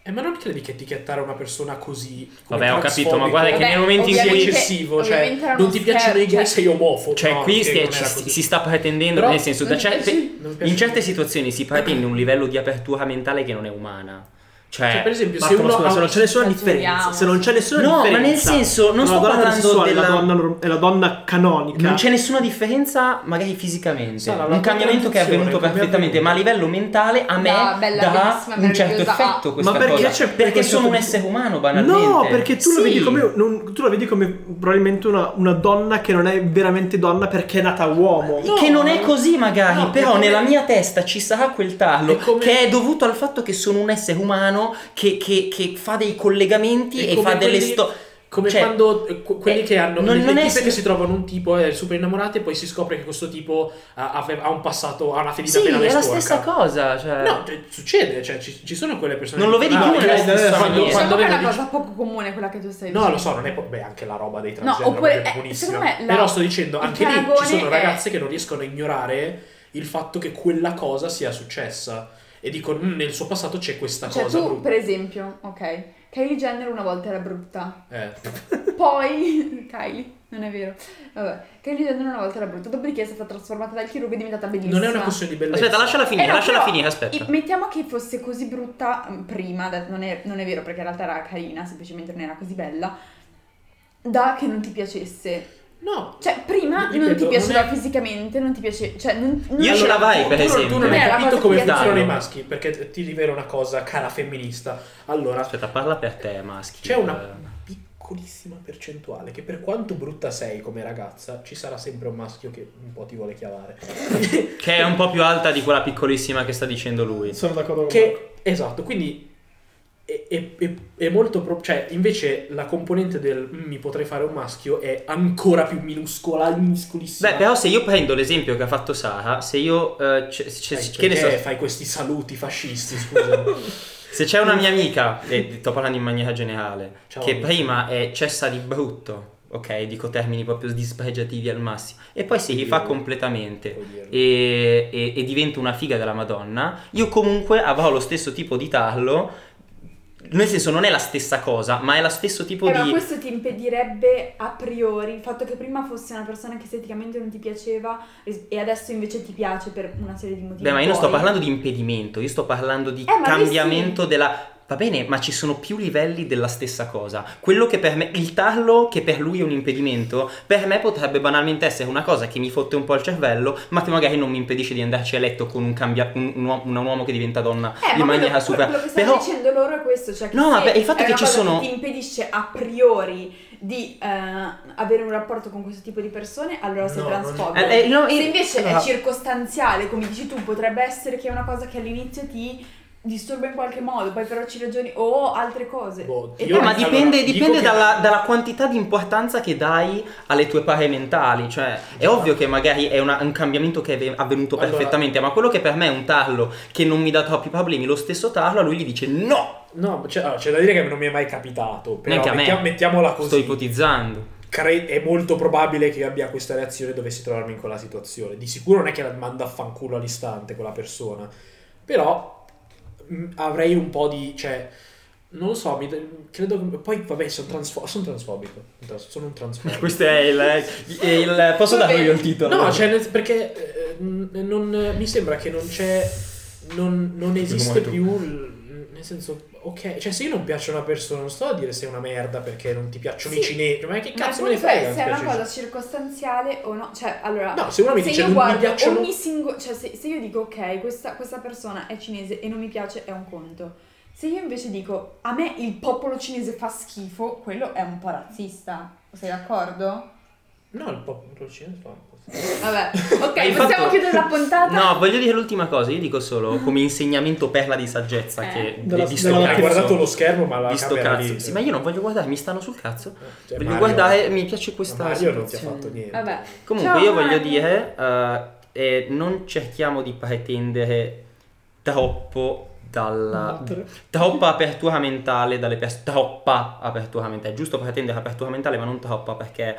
D: Eh, ma non credi che etichettare una persona così. come
A: Vabbè, ho capito, ma guarda che
B: Vabbè,
A: nei momenti in
D: sia
A: cui
B: ovviamente-
D: eccessivo, cioè
B: ovviamente era uno
D: non ti piacciono i
B: scherzo,
D: gay,
B: cioè-
D: sei omofobo.
A: Cioè,
D: No,
A: qui
D: ok,
A: stia-
D: non
A: ci-
D: era
A: si,
D: così.
A: si sta pretendendo,
D: Però
A: nel senso, da
D: non mi
A: certe-
D: piace- non mi piace.
A: in certe situazioni si pretende un livello di apertura mentale che non è umana.
F: Cioè,
D: Cioè, per esempio, se
C: Marco, cioè, ma
D: uno
C: scusa,
D: ha-
C: se non c'è nessuna
B: Esageriamo.
C: differenza, se non c'è nessuna
F: No, ma
C: differenza,
F: nel senso, non
C: tra
F: sto
C: la donna
F: parlando
C: transessuale e
F: della-
C: la donna, norm- e la donna canonica.
F: Non c'è nessuna differenza, magari fisicamente.
D: Sarà una
F: un cambiamento che è avvenuto
D: contraddizione, come
F: perfettamente,
D: avvenuto.
F: ma a livello mentale a me
B: No, bella,
F: dà
B: bellissima,
F: un certo
B: meravigliosa.
F: effetto questa
C: Ma perché
F: cosa.
C: c'è-
F: perché sono un essere umano, banalmente.
C: No, perché tu, lo
F: Sì.
C: vedi come, non- tu la vedi come probabilmente una, una donna che non è veramente donna perché è nata uomo.
D: No,
F: che non è così magari,
D: no,
F: però
D: è come-
F: nella mia testa ci sarà quel tarlo
D: È come-
F: che è dovuto al fatto che sono un essere umano che, che- che fa dei collegamenti
D: È
F: e
D: come
F: fa delle
D: quelli-
F: storie.
D: Come
F: Cioè,
D: quando eh, que- quelli
F: eh,
D: che hanno
F: non-
D: le,
F: non
D: le
F: è
D: tipe
F: se-
D: che si trovano un tipo eh, super innamorate e poi si scopre che questo tipo ha, ave- ha un passato, ha una fedina
F: Sì,
D: penale
F: è la
D: sporca.
F: stessa cosa. Cioè...
D: No, cioè, succede, cioè ci, ci sono quelle persone
F: Non lo
D: che-
F: vedi
D: Ah,
F: più
D: ok,
F: nella stessa
D: quando,
F: maniera.
D: quando
B: Diciamo che è
D: avevo
B: una cosa
D: 18
B: poco comune quella che tu stai dicendo.
D: No, lo so, non è po- beh, anche la roba dei
B: No,
D: transgender
B: oppure,
D: è
B: eh,
D: buonissima.
B: secondo me la-
D: Però sto dicendo,
B: il
D: anche lì ci
B: paragone
D: sono
B: è-
D: ragazze che non riescono a ignorare il fatto che quella cosa sia successa e dicono "Mm, nel suo passato c'è questa
B: Cioè,
D: cosa
B: tu,
D: brutta".
B: per esempio, ok, Kylie Jenner una volta era brutta,
D: Eh.
B: poi Kylie, non è vero. Vabbè, Kylie Jenner una volta era brutta, dopodiché è stata trasformata dal chirurgo e è diventata bellissima.
D: Non è una questione di bellezza.
F: Aspetta, lasciala finire,
B: Eh no,
F: lasciala
B: però-
F: finire, aspetta.
B: E mettiamo che fosse così brutta mm, prima, da- non è, non è vero perché in realtà era carina, semplicemente non era così bella, da che non ti piacesse.
D: No.
B: Cioè, prima
D: Ripeto,
B: non ti
D: non
B: piaceva
D: è-
B: fisicamente, non ti piace... Cioè, non, non-
F: Io ce la vai, per
D: tu, non-
F: esempio.
D: Tu non
B: Eh,
D: hai
B: la
D: capito
B: cosa
D: come
B: che ti
D: funzionano i
F: danno.
D: maschi, perché ti rivelo una cosa cara femminista. Allora,
F: Aspetta, parla per te, maschi.
D: C'è una
F: Eh,
D: piccolissima percentuale che per quanto brutta sei come ragazza, ci sarà sempre un maschio che un po' ti vuole chiavare.
F: Che è un po' più alta di quella piccolissima che sta dicendo lui.
C: Sono d'accordo con Marco.
D: Che, esatto, quindi è, è- è- è molto... pro- cioè, invece la componente del "Mm, mi potrei fare un maschio è ancora più minuscola, minuscolissima.
F: Beh, però se io prendo l'esempio che ha fatto Sara, se io... eh, c- c-
D: Sai,
F: che ne so,
D: perché fai questi saluti fascisti, scusa.
F: se c'è una mia amica, e sto parlando in maniera generale,
D: Ciao,
F: che
D: amica.
F: prima è cessa di brutto, ok? Dico termini proprio dispregiativi al massimo, e poi si rifà completamente.
D: Puoi dirlo.
F: e, e- e divento una figa della Madonna, io comunque avrò lo stesso tipo di tarlo. Nel senso, non è la stessa cosa, ma è lo stesso tipo
B: Eh, ma
F: di.
B: questo ti impedirebbe a priori il fatto che prima fossi una persona che esteticamente non ti piaceva ris- e adesso invece ti piace per una serie di motivi.
F: Beh, ma io non sto
B: tuoi.
F: parlando di impedimento, io sto parlando di
B: Eh, ma lui
F: cambiamento della. Va bene, ma ci sono più livelli della stessa cosa. Quello che per me. Il tarlo che per lui è un impedimento, per me potrebbe banalmente essere una cosa che mi fotte un po' il cervello, ma che magari non mi impedisce di andarci a letto con un, cambia- un, un uo- un uomo che diventa donna
B: Eh,
F: in
B: ma
F: maniera
B: quello,
F: super.
B: quello che stanno
F: Però.
B: dicendo loro è questo, cioè che
F: No,
B: se
F: vabbè, il fatto
B: è
F: che
B: una
F: ci
B: cosa
F: sono-
B: che ti impedisce a priori di eh, avere un rapporto con questo tipo di persone, allora sei
D: No,
B: transfobico.
F: Eh, eh, no,
B: Se
F: io-
B: invece
F: Ah.
B: è circostanziale, come dici tu, potrebbe essere che è una cosa che all'inizio ti disturba in qualche modo, poi però ci ragioni o altre cose.
D: Boh,
B: E
D: io-
F: Eh,
B: poi-
F: ma
D: Allora,
F: dipende,
D: dico
F: dipende
D: che-
F: dalla, dalla quantità di importanza che dai alle tue pare mentali. Cioè, è ovvio che magari è una- un cambiamento che è ve- avvenuto
D: Allora-
F: perfettamente, ma quello che per me è un tarlo che non mi dà troppi problemi, lo stesso tarlo a lui gli dice no.
D: No, c'è, allora, c'è da dire che non mi è mai capitato, però
F: Neanche a me.
D: mettiamo- mettiamola così.
F: Sto ipotizzando.
D: cre- è molto probabile che io abbia questa reazione dovessi trovarmi in quella situazione. Di sicuro non è che la manda a fanculo all'istante quella persona, però mh, avrei un po' di... Cioè, non lo so, mi, credo che... Poi vabbè, sono, transfo- sono transfobico, sono un transfobico.
F: Questo è il. il- posso
B: Vabbè.
F: darlo io il titolo?
D: No, cioè, nel- perché eh, mh, non- mi sembra che non c'è... Non, non esiste
F: tu.
D: più... il- nel senso, ok, cioè se io non piaccio a una persona non sto a dire sei una merda perché non ti piacciono i
B: Sì.
D: cinesi, ma che
B: Ma
D: cazzo me
B: il
D: ne
B: punto
D: frega?
B: è
D: non
B: se
D: ti
B: è una
D: piacciono i
B: cosa circostanziale o no. Cioè, allora,
D: No, se uno mi
B: se
D: dice
B: io
D: non mi
B: guardo
D: piacciono.
B: ogni singolo. Cioè, se, se io dico ok, questa, questa persona è cinese e non mi piace, è un conto. Se io invece dico a me il popolo cinese fa schifo, quello è un po' razzista. Sei d'accordo?
D: No, il popolo cinese fa un po'.
B: Vabbè, ok,
F: E il
B: possiamo
F: fatto-
B: chiudere la puntata.
F: No, voglio dire l'ultima cosa. Io dico solo come insegnamento perla di saggezza
B: Eh.
F: che
C: Della-
F: di
C: della
F: sto
D: Hai
C: Cazzo.
D: guardato lo schermo, ma la
F: Di sto
D: camera
F: cazzo.
D: lì.
F: Sì, ma io non voglio guardare, mi stanno sul cazzo.
D: Cioè,
F: voglio
D: Mario-
F: guardare, mi piace
D: ma
F: questa.
D: Mario non ti ha
F: situazione.
D: fatto niente.
B: Vabbè.
F: Comunque,
B: Ciao,
F: io
B: Mario.
F: voglio dire, eh, eh, non cerchiamo di pretendere troppo dalla
C: Battere.
F: troppa apertura mentale dalle persone troppa apertura mentale è giusto pretendere apertura mentale ma non troppa perché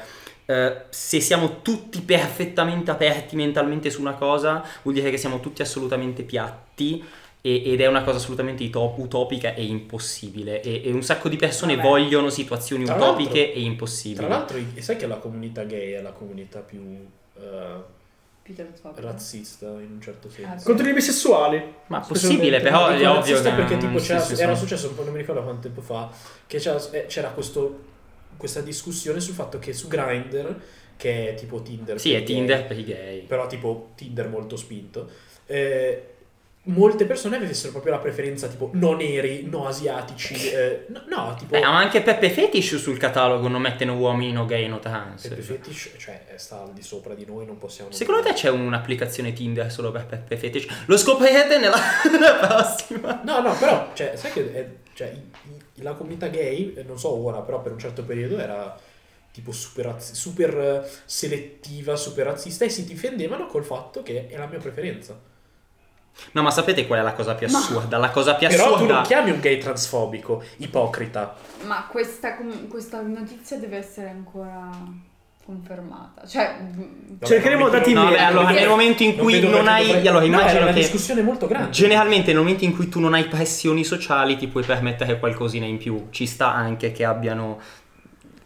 F: eh, se siamo tutti perfettamente aperti mentalmente su una cosa vuol dire che siamo tutti assolutamente piatti e- ed è una cosa assolutamente ito- utopica e impossibile e, e un sacco di persone
B: Vabbè.
F: vogliono situazioni
D: Tra
F: utopiche
D: l'altro-
F: e
D: Tra
F: impossibili
D: l'altro, e sai che la comunità gay è la comunità più eh,
B: Peter Topper.
D: razzista in un certo senso.
C: Contro gli omosessuali.
F: Ma possibile, però
D: Dico
F: è ovvio
D: razzista
F: che
D: perché
F: non-
D: tipo
F: sì,
D: c'era,
F: sì, sì.
D: era successo un po' non mi ricordo quanto tempo fa che c'era, eh, c'era questo, questa discussione sul fatto che su Grindr che è tipo Tinder
F: Sì,
D: per
F: è
D: gay,
F: Tinder per i gay.
D: però tipo Tinder molto spinto eh, molte persone avessero proprio la preferenza tipo no neri no asiatici eh, no, no, tipo
F: Beh, ma anche Peppe Fetish sul catalogo non mette né uomini, no gay, no trans.
D: Pepe Fetish cioè sta al di sopra di noi non possiamo
F: Secondo te c'è un'applicazione Tinder solo per Peppe Fetish? Lo scoprirete nella, nella prossima.
D: No, no, però, cioè, sai che è- cioè, i- i- la comunità gay, eh, non so ora, però per un certo periodo era tipo super, razz- super eh, selettiva, super razzista e si difendevano col fatto che è la mia preferenza.
F: No, ma sapete qual è la cosa più
B: Ma-
F: assurda? La cosa più
D: però tu non
F: assurda.
D: chiami un gay transfobico, ipocrita.
B: Ma questa, com- questa notizia deve essere ancora confermata. Cioè, mm,
D: Vabbè,
C: Cercheremo
D: non mi
C: da
D: chiedo-
F: No,
C: Tinder.
F: beh, allora,
B: perché-
F: nel momento in cui
D: vedo
F: non,
D: perché
F: hai.
D: dovrei-
F: Allora,
D: No, era
F: immagino
D: una
F: che.
D: discussione molto grande.
F: Generalmente nel momento in cui tu non hai pressioni sociali ti puoi permettere qualcosina in più, ci sta anche che abbiano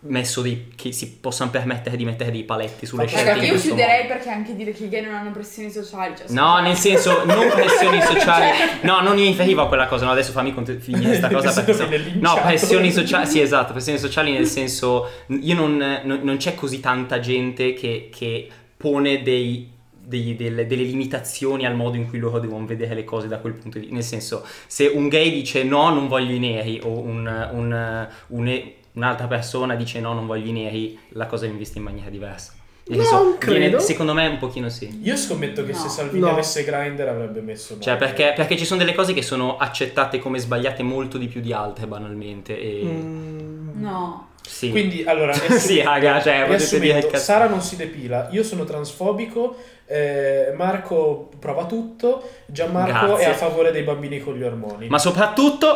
F: messo dei, che si possano permettere di mettere dei paletti sulle
D: Ma
F: scelte.
B: raga,
F: in
B: io
F: questo
B: chiuderei
F: modo.
B: perché anche dire che i gay non hanno pressioni sociali. Cioè,
F: No, nel senso, non pressioni sociali. No, non mi riferivo a quella cosa, no, adesso fammi cont- finire questa
D: Se
F: cosa
D: no
F: perché
D: mi
F: sennò-
D: viene linciato.
F: No, pressioni sociali, sì esatto, pressioni sociali nel senso, io non, non- non c'è così tanta gente che, che pone dei- dei- delle, delle limitazioni al modo in cui loro devono vedere le cose da quel punto di vista. Nel senso, se un gay dice no, non voglio i neri, o un- un- un- un'altra persona dice no, non voglio i neri, la cosa viene vista in maniera diversa. Nel
C: Non
F: senso, viene-
C: credo.
F: secondo me un pochino sì.
D: Io scommetto che se
B: No.
D: Salvini
C: No.
D: avesse Grindr avrebbe messo...
F: Cioè,
D: no.
F: perché, perché ci sono delle cose che sono accettate come sbagliate molto di più di altre, banalmente. E...
C: Mm.
B: No.
F: Sì.
D: Quindi, allora...
F: sì, raga, cioè, potete dire il
D: Riassumendo,
F: cazzo.
D: Sara non si depila, io sono transfobico, eh, Marco prova tutto, Gianmarco
F: Grazie.
D: è a favore dei bambini con gli ormoni.
F: Ma soprattutto